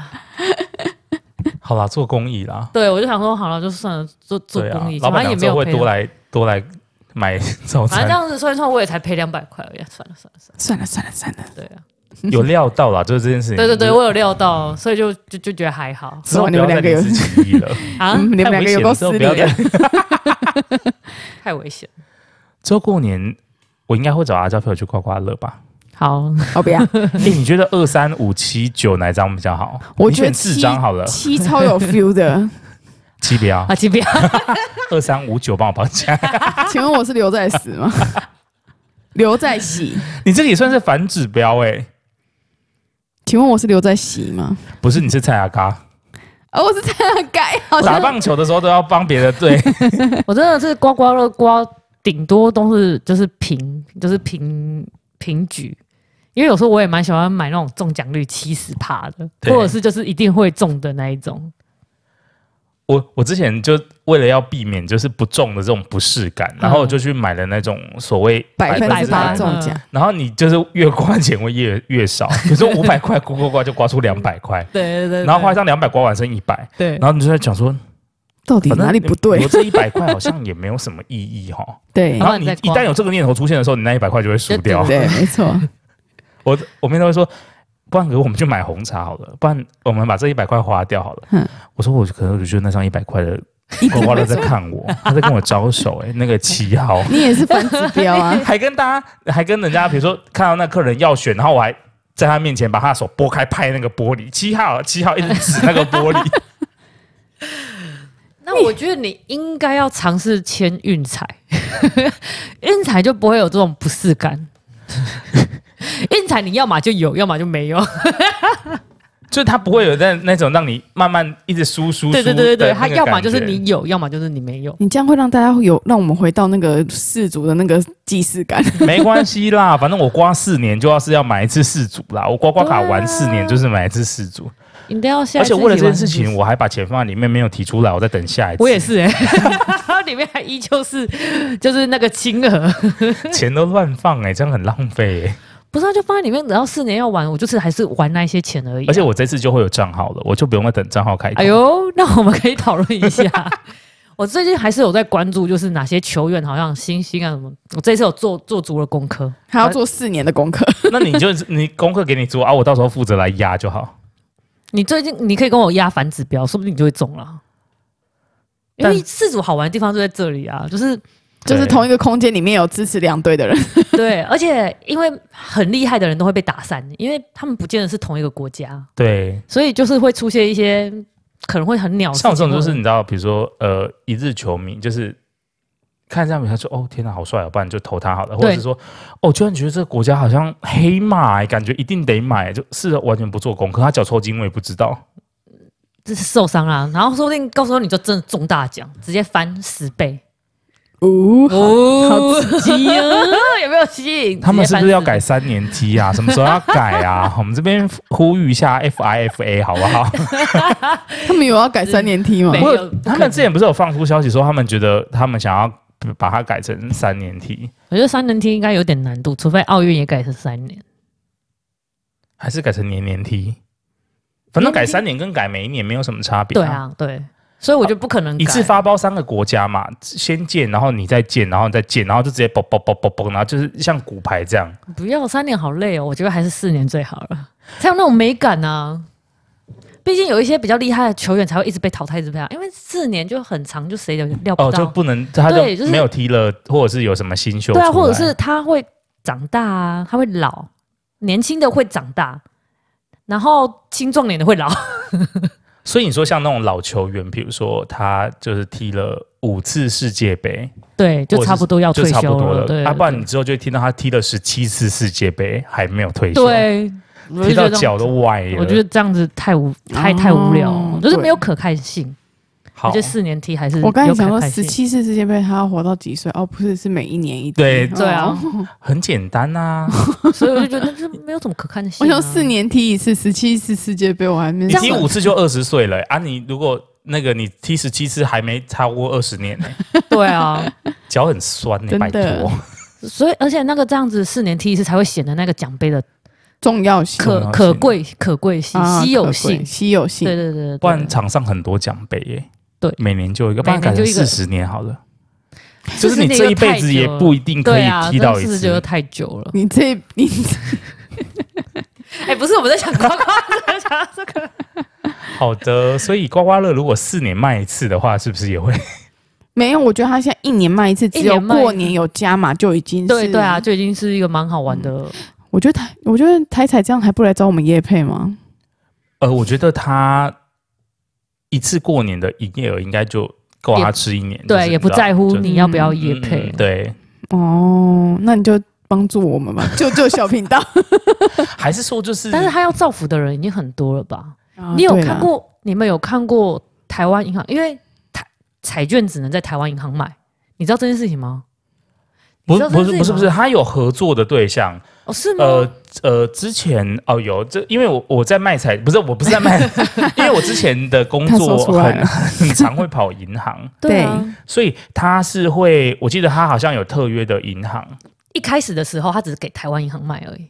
Speaker 1: 好啦，做公益啦。
Speaker 2: 对，我就想说好了，就算了，做 [LAUGHS] 做
Speaker 1: 对啊
Speaker 2: 公益，，
Speaker 1: 老板
Speaker 2: 反正也
Speaker 1: 娘之
Speaker 2: 没
Speaker 1: 后会
Speaker 2: 有赔
Speaker 1: 多
Speaker 2: 了。
Speaker 1: 来多来买早
Speaker 2: 反正
Speaker 1: 餐，
Speaker 2: 这样子算一算，我也才赔两百块而已，啊算了算了算
Speaker 3: 算了算了算了，
Speaker 2: 了，对啊，
Speaker 1: 有料到啦，就是这件事情。
Speaker 2: 对对对，
Speaker 1: 就是
Speaker 2: 我有料到，所以就就就觉得还好
Speaker 1: 之后
Speaker 3: 哇
Speaker 1: 不
Speaker 3: 你
Speaker 1: 要
Speaker 3: 们
Speaker 1: 再
Speaker 3: 两个
Speaker 1: 临
Speaker 3: 有
Speaker 1: 时起意了，
Speaker 2: 啊，
Speaker 3: 嗯， [LAUGHS] 你们两个有够
Speaker 1: 太
Speaker 3: 失
Speaker 1: 危险
Speaker 3: 礼
Speaker 1: 了之后不要
Speaker 3: 的
Speaker 1: 再。
Speaker 2: 太危险。
Speaker 1: 之后过年我应该会找阿娇陪我去刮刮乐吧？
Speaker 2: 好，
Speaker 3: 哦，不要，
Speaker 1: [LAUGHS] 哎，你觉得二三五七九哪一张比较好？
Speaker 3: 我
Speaker 1: 你
Speaker 3: 觉得
Speaker 1: 选四张好了，
Speaker 3: 七超有
Speaker 2: [LAUGHS]
Speaker 3: feel 的，
Speaker 1: 七不要
Speaker 2: 阿，奇 [LAUGHS] 不要，
Speaker 1: 二三五九帮我报 [LAUGHS] 价。
Speaker 3: 请问我是刘在石吗？刘在喜，
Speaker 1: 欸你这个也算是反指标哎，
Speaker 3: 请问我是刘在熙吗？
Speaker 1: 不是你是蔡阿嘎，
Speaker 3: 哦，我是蔡阿盖，好
Speaker 1: 打
Speaker 3: 像
Speaker 1: 棒球的时候都要帮别的队。
Speaker 2: 我真的是刮刮乐刮，顶多都是就是平，就是平平局。因为有时候我也蛮喜欢买那种中奖率七十趴的，
Speaker 1: 对
Speaker 2: 或者是就是一定会中的那一种。
Speaker 1: [LAUGHS] 我我之前就为了要避免就是不中的这种不适感，然后我就去买了那种所谓
Speaker 3: 嗯百分
Speaker 2: 百
Speaker 3: 之
Speaker 1: 之
Speaker 3: 八
Speaker 1: 百
Speaker 2: 八
Speaker 3: 中奖，
Speaker 1: 然后你就是越刮钱会越越少， [LAUGHS] 比如说五百块刮刮刮就刮出两百块，
Speaker 2: 对对对
Speaker 1: 然后花上两百刮完剩一百，
Speaker 2: 对
Speaker 1: 然后你就在讲说，
Speaker 3: 到底
Speaker 1: 反正
Speaker 3: 哪里不对
Speaker 1: 我？这一百块好像也没有什么意义
Speaker 3: [LAUGHS]
Speaker 1: 哈。
Speaker 3: 对
Speaker 1: 然
Speaker 2: 然
Speaker 1: 后
Speaker 2: 后
Speaker 1: 你
Speaker 2: 你再
Speaker 1: 一
Speaker 2: 刮
Speaker 1: 旦有这个念头出现的时候，你那一百块就会输掉。
Speaker 3: 对，没错，
Speaker 1: 我我妹都会说，不然哥，我们去买红茶好了，不然我们把这一百块花掉好了。
Speaker 3: 嗯
Speaker 1: 我说我可能我就觉得那张一百块
Speaker 2: [LAUGHS]
Speaker 1: 的刮刮乐在看我，他在跟我招手、欸，哎，那个七号。！
Speaker 3: 你也是反指标啊
Speaker 2: [LAUGHS]
Speaker 1: 还跟大家，还跟人家，比如说看到那客人要选，然后我还在他面前把他的手拨开拍那个玻璃，七号七号一直指那个玻
Speaker 2: [LAUGHS]
Speaker 1: 璃，
Speaker 2: 那我觉得你应该要尝试签运彩，运彩就不会有这种不适感。 [LAUGHS] 运彩你要么就有，要么就没有。
Speaker 1: 就是他不会有那那种让你慢慢一直输输输
Speaker 2: 对对对对对，
Speaker 1: 的
Speaker 2: 它
Speaker 1: 那个
Speaker 2: 要么就是
Speaker 1: 感觉
Speaker 2: 你有，要么就是你没有。
Speaker 3: 你这样会让大家有让我们回到那个氏族的那个既视感。 [LAUGHS]
Speaker 1: 没关系啦，反正我刮四年就要是要买一次四组啦，我刮刮卡
Speaker 2: 对啊
Speaker 1: 玩四年就是买一次四组，
Speaker 2: 一定要下一
Speaker 1: 而
Speaker 2: 次
Speaker 1: 且
Speaker 2: 啊一起玩。
Speaker 1: 为了这件事情
Speaker 2: 是不是
Speaker 1: 我还把钱放在里面没有提出来，我在等下一次，
Speaker 2: 我也是哎、欸， [LAUGHS] 里面还依旧是就是那个金额，
Speaker 1: [LAUGHS]
Speaker 2: [LAUGHS]
Speaker 1: 钱都乱放哎、这样很浪费、欸，
Speaker 2: 不是、啊、就放在里面，然后四年要玩，我就是还是玩那一些钱而已啊、
Speaker 1: 而且我这次就会有账号了，我就不用再等账号开通
Speaker 2: 哎呦，那我们可以讨论一
Speaker 1: [LAUGHS]
Speaker 2: 下。我最近还是有在关注，就是哪些球员好像新星啊什么，我这次有做做足了功课。
Speaker 3: 还要做四年的功课，
Speaker 1: 那你就你功课给你做啊，我到时候负责来压就好。
Speaker 2: 你最近你可以跟我压反指标，说不定你就会中了。因为
Speaker 1: 但
Speaker 2: 四组好玩的地方就在这里啊，
Speaker 1: [LAUGHS]
Speaker 2: 就是
Speaker 3: 就是
Speaker 1: 对
Speaker 3: 同一个空间里面有支持两队的人， [LAUGHS]
Speaker 2: 对，而且因为很厉害的人都会被打散，因为他们不见得是同一个国家，
Speaker 1: 对，
Speaker 2: 所以就是会出现一些可能会很鸟事情
Speaker 1: 像
Speaker 2: 或者。
Speaker 1: 这种就是你知道，比如说呃，一日球迷就是看这样比赛说哦天哪好帅啊，不然就投他好了，或者
Speaker 2: 对
Speaker 1: 是说哦居然觉得这个国家好像黑马、欸，感觉一定得买，就是完全不做功课，他脚抽筋我也不知道。
Speaker 2: 这是受伤啦，然后说不定到时候你就真的中大奖，直接翻十倍
Speaker 3: 哦，
Speaker 2: 哦
Speaker 3: 好刺激啊！
Speaker 2: [LAUGHS] 有没有吸引？
Speaker 1: 他们是不
Speaker 2: 直
Speaker 1: 是
Speaker 2: 接
Speaker 1: 要
Speaker 2: 翻10
Speaker 1: 改
Speaker 2: 倍？
Speaker 1: 三年踢啊？什么时候要改
Speaker 2: [LAUGHS]
Speaker 1: 啊？我们这边呼吁一下 FIFA 好不好？
Speaker 3: 他们有要改三年踢吗
Speaker 2: 没？
Speaker 1: 不
Speaker 2: 有
Speaker 1: 过
Speaker 2: 不可能
Speaker 1: 他们之前不是有放出消息说他们觉得他们想要把它改成三年踢，
Speaker 2: 我觉得三年踢应该有点难度，除非奥运也改成三年。
Speaker 1: 还是改成年年踢？反正
Speaker 2: 年年
Speaker 1: 改
Speaker 2: 踢
Speaker 1: 三年跟改每一年没有什么差别、
Speaker 2: 对，啊，对，所以我觉得不可能
Speaker 1: 一次
Speaker 2: 改。
Speaker 1: 发包三个国家嘛，先建，然后你再建，然后你再建，然后就直接啵啵啵啵啵，然后就是像骨牌这样。
Speaker 2: 不要三年好累哦，我觉得还是四年最好了，才有那种美感啊。毕竟有一些比较厉害的球员才会一直被淘汰，一直被淘汰，啊因为四年就很长，就谁也料不
Speaker 1: 哦，
Speaker 2: 到。
Speaker 1: 就不能他就
Speaker 2: 对就是
Speaker 1: 没有踢了，或者是有什么新秀
Speaker 2: 对
Speaker 1: 出
Speaker 2: 啊，
Speaker 1: 来
Speaker 2: 或者是他会长大啊，他会老，年轻的会长大，然后青壮年的会老。 [LAUGHS]
Speaker 1: 所以你说像那种老球员，比如说他就是踢了五次世界杯，
Speaker 2: 对，就
Speaker 1: 或者是
Speaker 2: 差不多要
Speaker 1: 就
Speaker 2: 退
Speaker 1: 差不
Speaker 2: 休
Speaker 1: 多
Speaker 2: 对，
Speaker 1: 啊，不然你之后就会听到他踢了十七次世界杯还没有退休，，
Speaker 2: 对，我就
Speaker 1: 踢
Speaker 2: 觉
Speaker 1: 到
Speaker 2: 得这
Speaker 1: 脚
Speaker 2: 种
Speaker 1: 都歪了。
Speaker 2: 我觉得这样子太无太太无聊了，
Speaker 3: 哦
Speaker 2: 就是没有可看性。我
Speaker 1: 好
Speaker 2: 觉得，四年踢还是
Speaker 3: 我刚才
Speaker 2: 有
Speaker 3: 想
Speaker 2: 可
Speaker 3: 说
Speaker 2: 看
Speaker 3: 十
Speaker 2: 性。
Speaker 3: 七次世界杯，他要活到几岁？哦，不是，是每一年一踢
Speaker 1: 对
Speaker 2: 对啊，
Speaker 3: 哦
Speaker 1: 很简单啊
Speaker 2: [LAUGHS]
Speaker 1: 呐、
Speaker 2: 所以我就觉得这没有什么可看性、
Speaker 3: [LAUGHS] 我
Speaker 2: 啊。
Speaker 3: 想四年踢一次，十七次世界杯我还没
Speaker 1: 你
Speaker 3: 算。
Speaker 1: 踢五次就二十岁了、啊！你如果那个你踢十七次还没超过二十年、欸，
Speaker 2: 对啊，
Speaker 1: 脚很酸呢、
Speaker 3: 真
Speaker 1: 拜
Speaker 3: 的
Speaker 1: 托。
Speaker 2: 所以而且那个这样子四年踢一次才会显得那个奖杯的
Speaker 3: 重要性
Speaker 1: 重要
Speaker 2: 可
Speaker 1: 性
Speaker 2: 可贵、可贵性、
Speaker 3: 啊
Speaker 2: 稀有
Speaker 3: 可贵
Speaker 2: 性。
Speaker 3: 稀有性
Speaker 2: 对对对对对，
Speaker 1: 不然场上很多奖杯耶，
Speaker 2: 对
Speaker 1: 每年就有一个，不然
Speaker 2: 每
Speaker 1: 改
Speaker 2: 年
Speaker 1: 成
Speaker 2: 就一个
Speaker 1: 四十年好了。就是你
Speaker 2: 40
Speaker 1: 这一辈子也不一定可以
Speaker 2: 对啊，
Speaker 1: 踢到一
Speaker 2: 真的是
Speaker 1: 次
Speaker 2: 觉，得太久了。
Speaker 3: 你这你
Speaker 2: [LAUGHS]
Speaker 3: [LAUGHS]
Speaker 2: 哎、不是，我们在 [LAUGHS] 讲刮刮乐，讲到这个。
Speaker 1: 好的，所以刮刮乐如果四年卖一次的话，是不是也会？
Speaker 3: 没有，我觉得他现在一年卖一次，只
Speaker 2: 一
Speaker 3: 有
Speaker 2: 年卖一次
Speaker 3: 过年有加码就已经是。
Speaker 2: 对对啊，，就已经是一个蛮好玩的。
Speaker 1: 嗯
Speaker 3: 我觉得台，我觉得台彩这样还不来找我们叶配吗？
Speaker 1: 呃，我觉得他一次过年的营业额应该就够他吃一年，就是嗯
Speaker 2: 对，也不在乎
Speaker 1: 知道
Speaker 2: 你要不要业
Speaker 1: 就
Speaker 2: 配。
Speaker 1: 嗯对，
Speaker 3: 哦，那你就帮助我们吧，救救小频道。
Speaker 1: 还是说就是，
Speaker 2: 但是他要造福的人已经很多了吧？你有看过？你们有看过台湾银行？因为台彩券只能在台湾银行买，你知道这件事情吗？
Speaker 1: 不
Speaker 2: 你知道
Speaker 1: 不
Speaker 2: 这
Speaker 1: 是
Speaker 2: 件
Speaker 1: 不
Speaker 2: 事
Speaker 1: 是
Speaker 2: 情
Speaker 1: 不
Speaker 2: 吗
Speaker 1: 是，他有合作的对象，
Speaker 2: 哦，是吗？
Speaker 1: 呃呃，之前哦有这，因为我我在卖彩，不是我不是在卖，因为我之前的工
Speaker 3: 他
Speaker 1: 作
Speaker 3: 说出来
Speaker 1: 很
Speaker 3: 了
Speaker 1: 很 [LAUGHS] 常会跑银行，
Speaker 2: 对啊
Speaker 1: 所以他是会，我记得他好像有特约的银行，
Speaker 2: 一开始的时候，他只是给台湾银行买而已。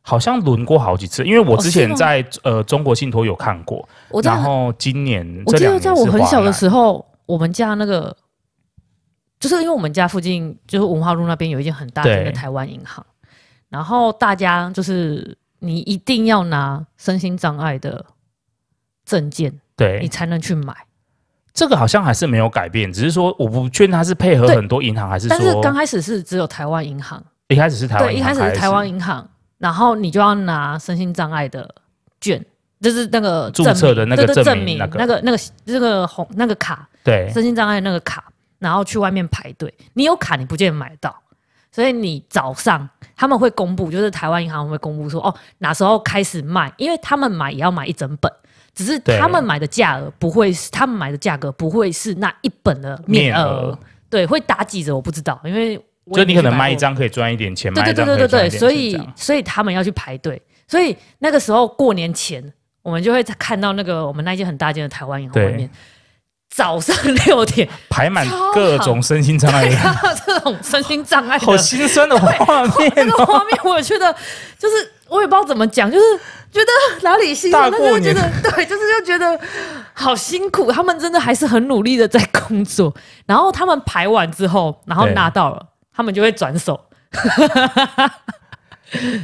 Speaker 1: 好像轮过好几次，因为我
Speaker 2: 哦
Speaker 1: 之
Speaker 2: 是
Speaker 1: 前
Speaker 2: 吗
Speaker 1: 在、呃中国信托有看过，
Speaker 2: 我在
Speaker 1: 然后今年
Speaker 2: 我
Speaker 1: 这
Speaker 2: 记
Speaker 1: 两
Speaker 2: 得
Speaker 1: 年
Speaker 2: 在我
Speaker 1: 是
Speaker 2: 很
Speaker 1: 华
Speaker 2: 小的
Speaker 1: 南
Speaker 2: 时候，我们家那个，就是因为我们家附近就是文化路那边有一间很大间的
Speaker 1: 对
Speaker 2: 台湾银行，然后大家就是你一定要拿身心障碍的证件，你
Speaker 1: 对
Speaker 2: 才能去买。
Speaker 1: 这个好像还是没有改变，只是说我不确定他是配合
Speaker 2: 对
Speaker 1: 很多银行，还是
Speaker 2: 但是
Speaker 1: 说
Speaker 2: 刚开始是只有台湾银行，
Speaker 1: 一开始是台湾
Speaker 2: 对，一
Speaker 1: 银
Speaker 2: 开
Speaker 1: 行
Speaker 2: 始是台湾银行，然后你就要拿身心障碍的券，就是那个
Speaker 1: 注
Speaker 2: 证
Speaker 1: 册
Speaker 2: 明
Speaker 1: 的那个
Speaker 2: 对对
Speaker 1: 证
Speaker 2: 证
Speaker 1: 明
Speaker 2: 明
Speaker 1: 那个
Speaker 2: 那个那个这个红那个卡，
Speaker 1: 对
Speaker 2: 身心障碍那个卡，然后去外面排队。你有卡，你不见得买得到，所以你早上他们会公布，就是台湾银行会公布说，哦，哪时候开始卖，因为他们买也要买一整本，只是
Speaker 1: 对
Speaker 2: 他们买的价额不会是，他们买的价格不会是那一本的面
Speaker 1: 面
Speaker 2: 额，
Speaker 1: 额
Speaker 2: 对，会打几折我不知道，因为我
Speaker 1: 就
Speaker 2: 也
Speaker 1: 你
Speaker 2: 没
Speaker 1: 可
Speaker 2: 去
Speaker 1: 能
Speaker 2: 买
Speaker 1: 卖一
Speaker 2: 过
Speaker 1: 张可以赚一点钱，卖
Speaker 2: 对
Speaker 1: 一
Speaker 2: 对
Speaker 1: 张
Speaker 2: 对
Speaker 1: 可
Speaker 2: 对
Speaker 1: 以赚一点
Speaker 2: 对对，所
Speaker 1: 钱这
Speaker 2: 以
Speaker 1: 样
Speaker 2: 所以他们要去排队，所以那个时候过年前，我们就会看到那个我们那一间很大间的台湾银行
Speaker 1: 对
Speaker 2: 外面，早上 [LAUGHS] 六点，
Speaker 1: 排满
Speaker 2: 超
Speaker 1: 各种身心障
Speaker 2: [LAUGHS]
Speaker 1: 碍的人，
Speaker 2: 这种身心障碍的
Speaker 1: 好心酸的画
Speaker 2: [LAUGHS] 那
Speaker 1: 面
Speaker 2: 个
Speaker 1: 哦。
Speaker 2: 画面，我也觉得就是我也不知道怎么讲，就是觉得哪里心
Speaker 1: 大
Speaker 2: 酸，但是
Speaker 1: 过
Speaker 2: 又觉
Speaker 1: 年 [LAUGHS]
Speaker 2: 得对，就是又觉得好辛苦，他们真的还是很努力的在工作。然后他们排完之后，然后
Speaker 1: 对
Speaker 2: 拿到了，他们就会转手。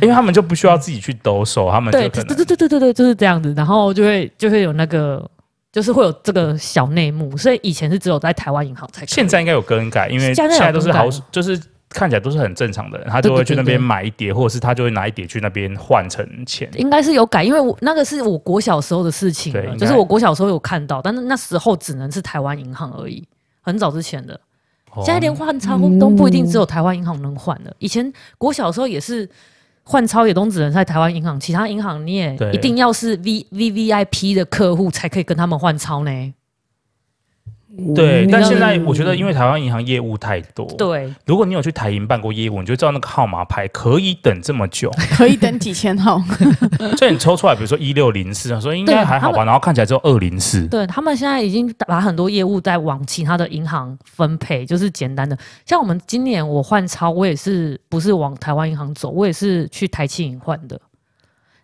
Speaker 1: 因为他们就不需要自己去抖手，他们
Speaker 2: 对
Speaker 1: 就
Speaker 2: 对
Speaker 1: 啊可
Speaker 2: 对
Speaker 1: 能
Speaker 2: 对对对对，就是这样子，然后就会就会有那个，就是会有这个小内幕，所以以前是只有在台湾银行才可以
Speaker 1: 现在应该有更改，因为
Speaker 2: 现
Speaker 1: 现
Speaker 2: 在有
Speaker 1: 在都是好
Speaker 2: 更改，
Speaker 1: 就是看起来都是很正常的人，他就会去那
Speaker 2: 对对对对
Speaker 1: 边买一叠，或者是他就会拿一叠去那边换成钱。
Speaker 2: 应该是有改，因为我那个是我国小时候的事情
Speaker 1: 对
Speaker 2: 了，
Speaker 1: 应该
Speaker 2: 就是我国小时候有看到，但是那时候只能是台湾银行而已，很早之前的，
Speaker 1: 哦嗯
Speaker 2: 现在连换钞都不一定只有台湾银行能换啊了，以前国小的时候也是。换钞也都只能在台湾银行，其他银行你也
Speaker 1: 对
Speaker 2: 一定要是 V V V I P 的客户才可以跟他们换钞呢。
Speaker 1: 哦对，但现在
Speaker 3: 嗯
Speaker 1: 我觉得，因为台湾银行业务太多，，
Speaker 2: 对，
Speaker 1: 如果你有去台银办过业务，你就知道那个号码牌可以等这么
Speaker 2: [LAUGHS]
Speaker 1: 久，
Speaker 3: 可以等几
Speaker 1: [LAUGHS]
Speaker 3: 千号，
Speaker 1: 所以你抽出来，比如说一六零四，说应该还好
Speaker 2: 他
Speaker 1: 吧，然后看起来只有二零四，
Speaker 2: 对他们现在已经把很多业务在往其他的银行分配，就是简单的。像我们今年我换钞，我也是不是往台湾银行走，我也是去台企银换的。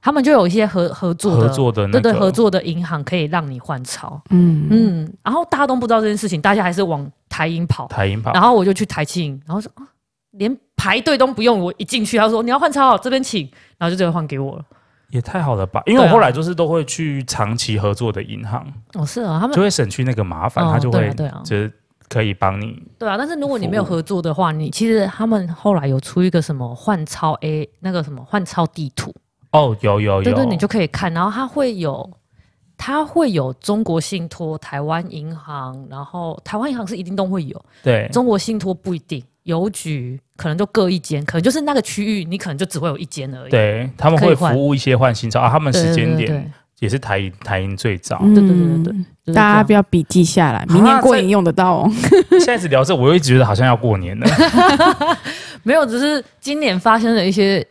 Speaker 2: 他们就有一些合合作
Speaker 1: 合
Speaker 2: 的，
Speaker 1: 作的那个
Speaker 2: 对对，合作的银行可以让你换钞。
Speaker 3: 嗯嗯，
Speaker 2: 嗯，然后大家都不知道这件事情，大家还是往台银跑。
Speaker 1: 台银吧
Speaker 2: 然，后我就去台企银，然后说啊，连排队都不用，我一进去他说你要换钞，这边请，然后就直接换给我了。
Speaker 1: 也太好了吧？因为
Speaker 2: 对
Speaker 1: 我
Speaker 2: 啊
Speaker 1: 后来就是都会去长期合作的银行，
Speaker 2: 哦，是啊，他们
Speaker 1: 就会省去那个麻烦，
Speaker 2: 哦
Speaker 1: 他就
Speaker 2: 对
Speaker 1: 会
Speaker 2: 啊对啊
Speaker 1: 就是可以帮你
Speaker 2: 对啊，但是如果你没有
Speaker 1: 服务
Speaker 2: 合作的话，你其实他们后来有出一个什么换钞 A 那个什么换钞地图，
Speaker 1: 哦，有有有，
Speaker 2: 对对，你就可以看，然后它会有。它会有中国信托、台湾银行，然后台湾银行是一定都会有，
Speaker 1: 对
Speaker 2: 中国信托不一定，邮局可能就各一间，可能就是那个区域你可能就只会有一间而已。
Speaker 1: 对，他们
Speaker 2: 可以
Speaker 1: 会服
Speaker 2: 换
Speaker 1: 务一些换新钞啊，他们
Speaker 2: 对，
Speaker 1: 时间
Speaker 2: 对对嗯
Speaker 1: 点也是台银台银最早。
Speaker 3: 对
Speaker 2: 对对对对
Speaker 3: 嗯大家不
Speaker 2: 要
Speaker 3: 要笔记下来，明年
Speaker 1: 嗯啊
Speaker 3: 过
Speaker 1: 这
Speaker 3: 年用得到哦。
Speaker 1: 现在只聊这，我又一直觉得好像要过
Speaker 2: [LAUGHS]
Speaker 1: 年了。
Speaker 2: 没有，只是今年发生了一些。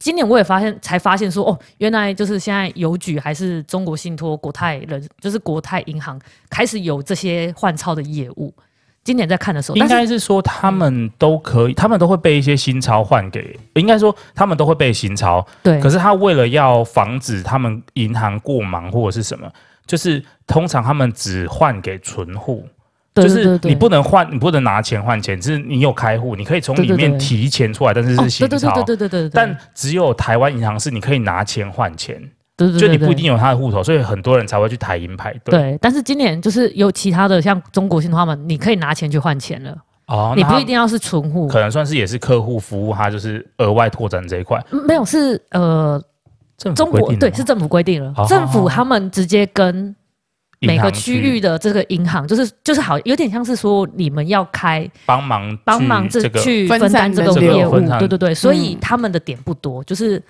Speaker 2: 今年我也发现，才发现说，哦，原来就是现在邮局还是中国信托、国泰人，就是国泰银行开始有这些换钞的业务。今年在看的时候，
Speaker 1: 应
Speaker 2: 但是
Speaker 1: 该是说他们都可以，他们都会被一些新钞换给，应该说他们都会被新钞。
Speaker 2: 对
Speaker 1: 可是他为了要防止他们银行过忙或者是什么，就是通常他们只换给存户。
Speaker 2: 对
Speaker 1: 就
Speaker 2: 对
Speaker 1: 是
Speaker 2: 对对
Speaker 1: 你不能换，你不能拿钱换钱，只是你有开户，你可以从
Speaker 2: 对
Speaker 1: 里
Speaker 2: 对
Speaker 1: 面
Speaker 2: 对
Speaker 1: 提钱出来，但是
Speaker 2: 哦
Speaker 1: 是新
Speaker 2: 对对
Speaker 1: 钞。
Speaker 2: 对对对对对，
Speaker 1: 但只有台湾银行是你可以拿钱换钱，
Speaker 2: 对对
Speaker 1: 就你不一定有他的户头，所以很多人才会去台银排队。
Speaker 2: 对。但是今年就是有其他的，像中国信托他们，你可以拿钱去换钱了，
Speaker 1: 哦，
Speaker 2: 你
Speaker 1: 那
Speaker 2: 不
Speaker 1: 他
Speaker 2: 一定要是存户，
Speaker 1: 可能算是也是客户服务，他就是额外拓展这一块。
Speaker 2: 没有是呃
Speaker 1: 政府
Speaker 2: 中
Speaker 1: 规
Speaker 2: 国
Speaker 1: 定的
Speaker 2: 对
Speaker 1: 吗
Speaker 2: 是政府规定了
Speaker 1: 哦，
Speaker 2: 政府他们直接跟
Speaker 1: 银
Speaker 2: 每个
Speaker 1: 行
Speaker 2: 区域的这个银行，就是就是好，有点像是说你们要开
Speaker 1: 帮忙
Speaker 2: 帮
Speaker 1: 去
Speaker 2: 忙这
Speaker 1: 这个
Speaker 2: 去
Speaker 3: 分
Speaker 2: 分担
Speaker 3: 散
Speaker 2: 这
Speaker 3: 的
Speaker 2: 个
Speaker 1: 这个
Speaker 2: 业务
Speaker 1: 分，散
Speaker 2: 对对对，所以
Speaker 3: 嗯
Speaker 2: 他们的点不多，就是。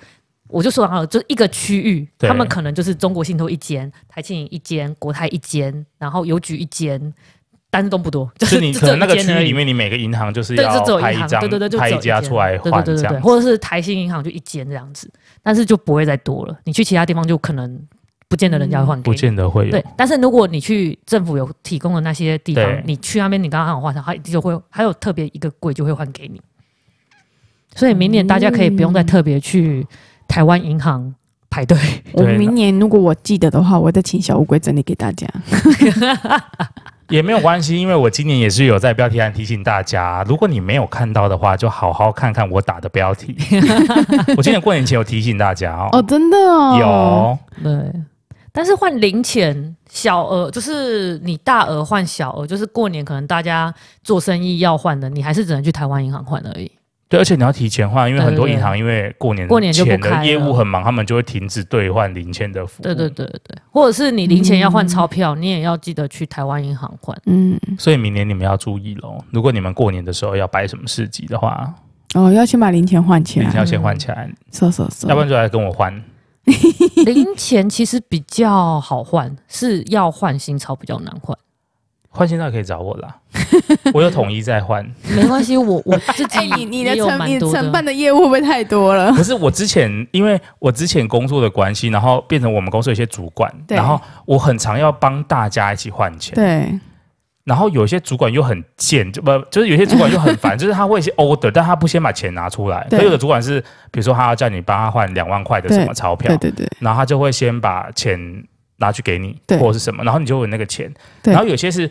Speaker 2: 我就说好了，就一个区域，
Speaker 1: 对
Speaker 2: 他们可能就是中国信托一间，台庆银一间，国泰一间，然后邮局一间，但是都不多，就
Speaker 1: 就是你
Speaker 2: 就
Speaker 1: 可能那个
Speaker 2: 这一
Speaker 1: 区
Speaker 2: 间而
Speaker 1: 域
Speaker 2: 已
Speaker 1: 里面，你每个银行就是
Speaker 2: 对，就
Speaker 1: 要
Speaker 2: 只有
Speaker 1: 拍
Speaker 2: 银
Speaker 1: 一
Speaker 2: 行，
Speaker 1: 张，
Speaker 2: 对对对，就
Speaker 1: 拍
Speaker 2: 只有
Speaker 1: 一家
Speaker 2: 间
Speaker 1: 出来
Speaker 2: 对
Speaker 1: 换
Speaker 2: 对
Speaker 1: 这
Speaker 2: 对对
Speaker 1: 样
Speaker 2: 对，。或者是台新银行就一间这样子，但是就不会再多了。你去其他地方就可能不见得人家会换给
Speaker 1: 不
Speaker 2: 你。
Speaker 1: 见得会有
Speaker 2: 对，但是如果你去政府有提供的那些地
Speaker 1: 对
Speaker 2: 方，你去那边，你刚刚有换上，他就会还有特别一个柜就会换给你。所以明年大家可以不用再特别去台湾银行排队。
Speaker 3: 我
Speaker 1: 对
Speaker 3: 明年如果我记得的话，我再请小乌龟整理给大家。
Speaker 1: 也没有关系，因为我今年也是有在标题栏提醒大家，如果你没有看到的话，就好好看看我打的标题。我今年过年前有提醒大家哦，
Speaker 3: 哦，真的哦，
Speaker 1: 有
Speaker 2: 对，但是换零钱小额，就是你大额换小额，就是过年可能大家做生意要换的，你还是只能去台湾银行换而已。
Speaker 1: 对，而且你要提前换，因为很多
Speaker 2: 对对对
Speaker 1: 银行因为过年
Speaker 2: 过年就不
Speaker 1: 前的
Speaker 2: 开
Speaker 1: 业务
Speaker 2: 了
Speaker 1: 很忙，他们就会停止兑换零钱的服务。
Speaker 2: 对对对对，或者是你零钱要换钞票，你也要记得去台湾银行换。
Speaker 3: 嗯，
Speaker 1: 所以明年你们要注意喽。如果你们过年的时候要摆什么市集的话，
Speaker 3: 哦，要先把零钱换
Speaker 2: 嗯
Speaker 3: 起
Speaker 1: 你
Speaker 3: 来，
Speaker 1: 要先换起来，
Speaker 3: 收收收，
Speaker 1: 要不然就来跟我换。
Speaker 2: [LAUGHS] 零钱其实比较好换，是要换新钞比较难换。
Speaker 1: 换现在可以找我啦，我有统一在
Speaker 2: [LAUGHS]
Speaker 1: 换。
Speaker 2: 没关系，我 [LAUGHS] 我自己
Speaker 3: 哎，你你的
Speaker 2: 也有
Speaker 3: 成
Speaker 2: 蛮
Speaker 3: 你
Speaker 2: 多
Speaker 3: 承办的业务会不会太多了？
Speaker 1: 不是我之前，因为我之前工作的关系，然后变成我们公司有一些主管，
Speaker 3: 对
Speaker 1: 然后我很常要帮大家一起换钱。
Speaker 3: 对，
Speaker 1: 然后有些主管又很贱，就不就是有些主管又很
Speaker 3: [LAUGHS]
Speaker 1: 烦，就是他会先 order，但他不先把钱拿出来。
Speaker 3: 对
Speaker 1: 可有的主管是，比如说他要叫你帮他换两万块的什么钞票
Speaker 3: 对，对对
Speaker 1: 然后他就会先把钱拿去给你，
Speaker 3: 对
Speaker 1: 或者是什么，然后你就有那个钱。
Speaker 3: 对
Speaker 1: 然后有些是，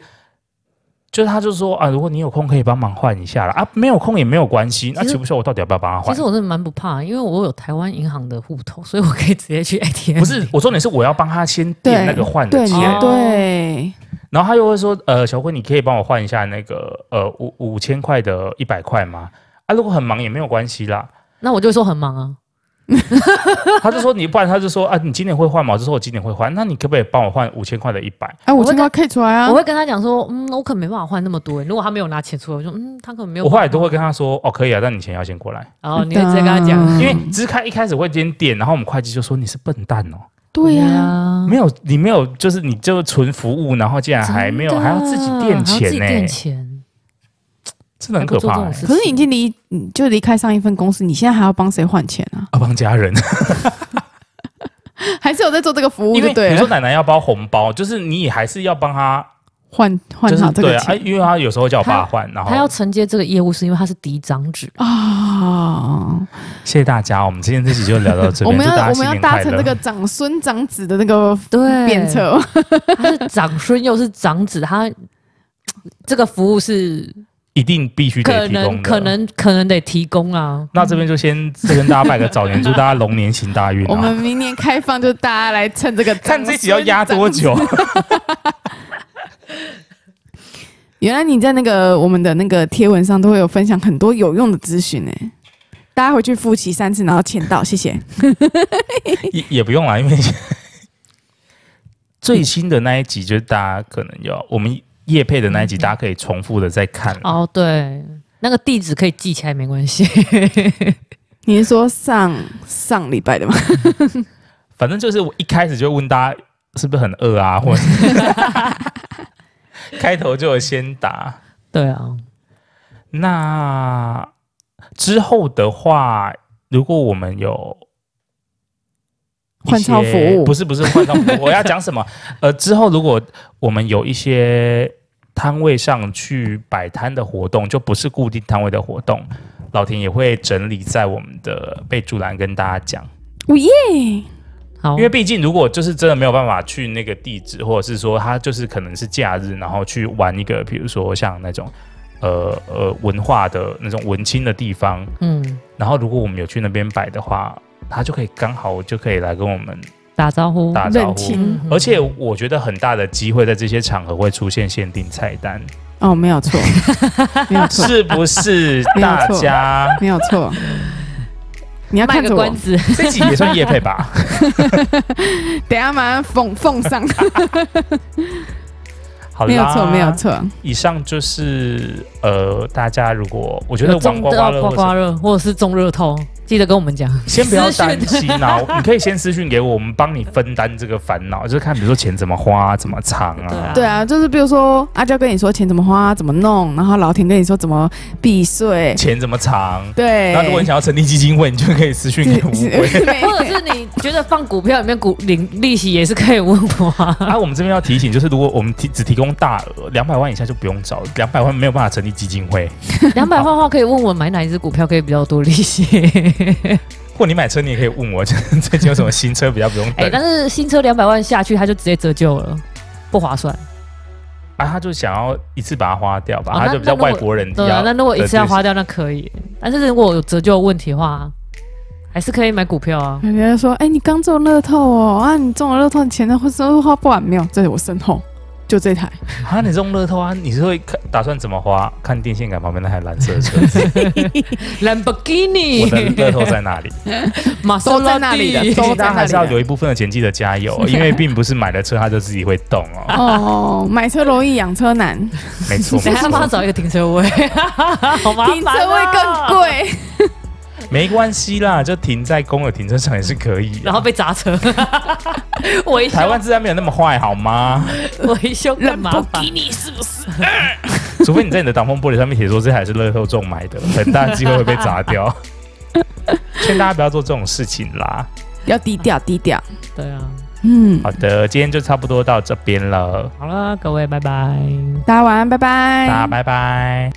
Speaker 1: 就是他就说啊，如果你有空可以帮忙换一下啦，啊，没有空也没有关系。那
Speaker 2: 其实
Speaker 1: 岂不是我到底要不要帮他
Speaker 2: 其
Speaker 1: 换
Speaker 2: 实？我真的蛮不怕，因为我有台湾银行的户头，所以我可以直接去 [LAUGHS] ATM。
Speaker 1: 不是，我重点是我要帮他先
Speaker 3: 对
Speaker 1: 垫那个换
Speaker 3: 对，
Speaker 1: 的
Speaker 3: 你
Speaker 1: 钱，
Speaker 2: 哦
Speaker 3: 对，
Speaker 1: 然后他又会说，呃，小辉，你可以帮我换一下那个呃五五千块的一百块吗？啊，如果很忙也没有关系啦。 [LAUGHS]
Speaker 2: 那我就说很忙啊。
Speaker 1: 他就说你，不然他就说啊，你今年会换吗？我就说我今年会换，那你可不可以帮我换五千块的一百？
Speaker 3: 哎，
Speaker 2: 我
Speaker 3: 我
Speaker 2: 会
Speaker 3: 千块可以出来啊
Speaker 2: 我，会跟他讲说，嗯，我可能没办法换那么多。如果他没有拿钱出来，我就嗯，他可能没有
Speaker 1: 我
Speaker 2: 办法。
Speaker 1: 后来都会跟他说，哦，可以啊，但你钱要先过来。
Speaker 2: 然后你会直接跟他讲，
Speaker 3: 嗯
Speaker 1: 因为只是开一开始会先点，然后我们会计就说你是笨蛋哦，
Speaker 3: 对啊呀，
Speaker 2: 呀
Speaker 1: 没有你没有，就是你就纯服务，然后竟
Speaker 2: 啊
Speaker 1: 然还没有还要自己垫
Speaker 2: 还要自
Speaker 1: 钱
Speaker 2: 己
Speaker 1: 呢、
Speaker 2: 垫钱，
Speaker 1: 真的很
Speaker 2: 还
Speaker 1: 可
Speaker 2: 不做这
Speaker 1: 怕、欸。
Speaker 2: 种事
Speaker 3: 可是你已经离你就离开上一份公司，你现在还要帮谁换钱啊？ [LAUGHS]
Speaker 1: 要帮家人，
Speaker 2: 哦
Speaker 3: 还是有在做这个服务
Speaker 1: 因为
Speaker 3: 就
Speaker 1: 比
Speaker 3: 对
Speaker 1: 如说
Speaker 3: 了，
Speaker 1: 奶奶要包红包，就是你也还是要帮她，
Speaker 3: 换换
Speaker 1: 就是
Speaker 3: 好这
Speaker 1: 对
Speaker 3: 个
Speaker 1: 啊，啊
Speaker 3: 钱
Speaker 1: 因为她有时候叫我爸换，然后
Speaker 2: 他要承接这个业务，是因为他是嫡长子。
Speaker 1: 哎
Speaker 3: 啊。
Speaker 1: 谢谢大家，我们今天这集就聊到这
Speaker 3: [LAUGHS] 我
Speaker 1: 边，
Speaker 3: 们
Speaker 1: 祝大
Speaker 3: 要
Speaker 1: 家
Speaker 3: 我
Speaker 1: 新
Speaker 3: 们要
Speaker 1: 年
Speaker 3: 达
Speaker 1: 快
Speaker 3: 成
Speaker 1: 乐。
Speaker 3: 这个长孙长子的那个
Speaker 2: 对
Speaker 3: 变策，
Speaker 2: 他是长孙又是长子，他这个服务是
Speaker 1: 一定必须
Speaker 2: 可
Speaker 1: 得提
Speaker 2: 能
Speaker 1: 供的，
Speaker 2: 可。能可能得提供啊。
Speaker 1: 那这边就先再跟大家拜个早年，祝大家龙年行大运
Speaker 3: 我们
Speaker 1: 啊！
Speaker 3: 明年开放，就大家来蹭这个。
Speaker 1: [LAUGHS] 看这集要压多？久？
Speaker 3: 原来你在那个我们的那个贴文上都会有分享很多有用的资讯呢。欸大家回去复习三次，然后签到，谢
Speaker 1: [LAUGHS]
Speaker 3: 谢。
Speaker 1: 也也不用啦，因为最新的那一集就是大家可能要我们叶配的那一集，大家可以重复的再看。
Speaker 2: 哦，对，那个地址可以记起来，没关系。 [LAUGHS]
Speaker 3: 你是说上上礼拜的吗？
Speaker 1: 反正就是我一开始就问大家是不是很饿啊，或者
Speaker 3: [LAUGHS]
Speaker 1: 是 [LAUGHS] 开头就有先答。
Speaker 2: 对啊，
Speaker 1: 那之后的话，如果我们有一些
Speaker 3: 换钞服务
Speaker 1: 不是不是换钞服务，我要讲什
Speaker 3: [LAUGHS]
Speaker 1: 么？呃，之后如果我们有一些摊位上去摆摊的活动，就不是固定摊位的活动，老田也会整理在我们的备注栏跟大家讲。
Speaker 3: 午夜
Speaker 2: 好，
Speaker 3: 哦
Speaker 1: 因为毕竟，如果就是真的没有办法去那个地址，或者是说他就是可能是假日，然后去玩一个，比如说像那种呃呃文化的那种文青的地方，
Speaker 2: 嗯，
Speaker 1: 然后如果我们有去那边摆的话，他就可以刚好就可以来跟我们
Speaker 2: 打招呼，
Speaker 1: 打招
Speaker 3: 认
Speaker 1: 呼。
Speaker 3: 清
Speaker 2: 嗯哼
Speaker 1: 而且我觉得很大的机会在这些场合会出现限定菜单，
Speaker 3: 哦，没有错，没
Speaker 1: [LAUGHS]
Speaker 3: 有错，
Speaker 1: 是不是？
Speaker 3: [LAUGHS] 没有
Speaker 1: 大
Speaker 3: 错
Speaker 1: 家
Speaker 3: [LAUGHS] 没有错。你要
Speaker 2: 嗯卖
Speaker 3: 看
Speaker 2: 个
Speaker 3: 着我
Speaker 2: 关，子，
Speaker 1: 这集也算夜配吧？
Speaker 3: 等一下马上奉奉上。
Speaker 1: 好啦，
Speaker 3: 没有错，没有。错。
Speaker 1: 以上就是呃，大家如果我觉得
Speaker 2: 有
Speaker 1: 玩
Speaker 2: 中
Speaker 1: 刮
Speaker 3: 呃
Speaker 1: 刮
Speaker 2: 到
Speaker 1: 乐
Speaker 2: 刮
Speaker 1: 或者
Speaker 2: 刮乐或者是中热透，记得跟我们讲。
Speaker 1: 先不要
Speaker 2: 私讯
Speaker 1: 担心啊，你可以先私讯给我，我们帮你分担这个烦恼，就是看比如说钱怎么花、怎么藏
Speaker 2: 对
Speaker 1: 啊
Speaker 2: 啊。
Speaker 3: 对啊，就是比如说阿娇跟你说钱怎么花、怎么弄，然后老田跟你说怎么避税，
Speaker 1: 钱怎么藏？
Speaker 2: 哎
Speaker 3: 对。
Speaker 1: 那如果你想要成立基金会，你就可以私讯给乌龟。
Speaker 2: [LAUGHS] 或者是你觉得放股票里面股领利息也是可以问我啊。
Speaker 1: [LAUGHS] 啊，我们这边要提醒，就是如果我们提只提供大额两百万以下就不用找，两百万没有办法成立基金会。
Speaker 2: 两百万的话可以问我买哪一只股票可以比较多利息。
Speaker 1: 或你买车，你也可以问我，就是最近有什么新车比较不用
Speaker 2: 哎、
Speaker 1: 等、
Speaker 2: 但是新车两百万下去，它就直接折旧了，不划算。
Speaker 1: 啊？他就想要一次把它花掉吧，
Speaker 2: 哦
Speaker 1: 他
Speaker 2: 那
Speaker 1: 就比较外国
Speaker 3: 嗯
Speaker 1: 人一
Speaker 2: 对啊
Speaker 1: 样，。
Speaker 2: 那如果一次要花掉，那可以。但是如果有折旧的问题的话，还是可以买股票
Speaker 3: [LAUGHS]
Speaker 2: 啊。
Speaker 3: 人家说，哎、你刚中乐透哦，啊，你中了乐透，你钱都花都花不完，没有，在我身后，就这台，
Speaker 1: 啊，你这种乐透啊，你是会看打算怎么花？看电线杆旁边那台蓝色的
Speaker 2: [LAUGHS]
Speaker 1: 车子，
Speaker 2: 兰博基尼
Speaker 1: 我的乐透在哪里？
Speaker 2: 马
Speaker 3: 都在那
Speaker 2: [LAUGHS]
Speaker 3: 里啊
Speaker 2: 哎
Speaker 3: 的 [LAUGHS] 都
Speaker 1: 大家
Speaker 3: 在那
Speaker 1: 还
Speaker 3: 里
Speaker 1: 是要
Speaker 3: 的。
Speaker 1: 留一部分的钱记得加
Speaker 3: [LAUGHS]
Speaker 1: 油，因为并不是买了车它就自己会动哦。
Speaker 3: 哦，买车容易养车难，
Speaker 1: 没错，
Speaker 2: 等
Speaker 1: 没
Speaker 2: 一下帮他
Speaker 1: 错，
Speaker 2: 找一个停车
Speaker 3: [LAUGHS]
Speaker 2: 位，好麻烦、哦啊
Speaker 3: 停车位更。贵。 [LAUGHS]
Speaker 1: 没关系啦，就停在公有停车场也是可以、
Speaker 2: 然后被砸
Speaker 3: [LAUGHS]
Speaker 2: 车，维修
Speaker 1: 台湾治安没有那么坏好
Speaker 3: [LAUGHS]
Speaker 1: 吗？
Speaker 2: 维修更麻烦。
Speaker 3: 尼是不是？
Speaker 1: 除非你在你的挡风玻璃上面写说这台是乐透中买的，很大机会会被砸
Speaker 3: [LAUGHS]
Speaker 1: 掉。劝大家不要做这种事情啦。
Speaker 3: 要低调，低调。
Speaker 2: 对啊，
Speaker 3: 嗯，
Speaker 1: 好的，今天就差不多到这边了，
Speaker 2: 好了，各位，拜拜。
Speaker 3: 大家晚安，拜拜。
Speaker 1: 大家拜拜。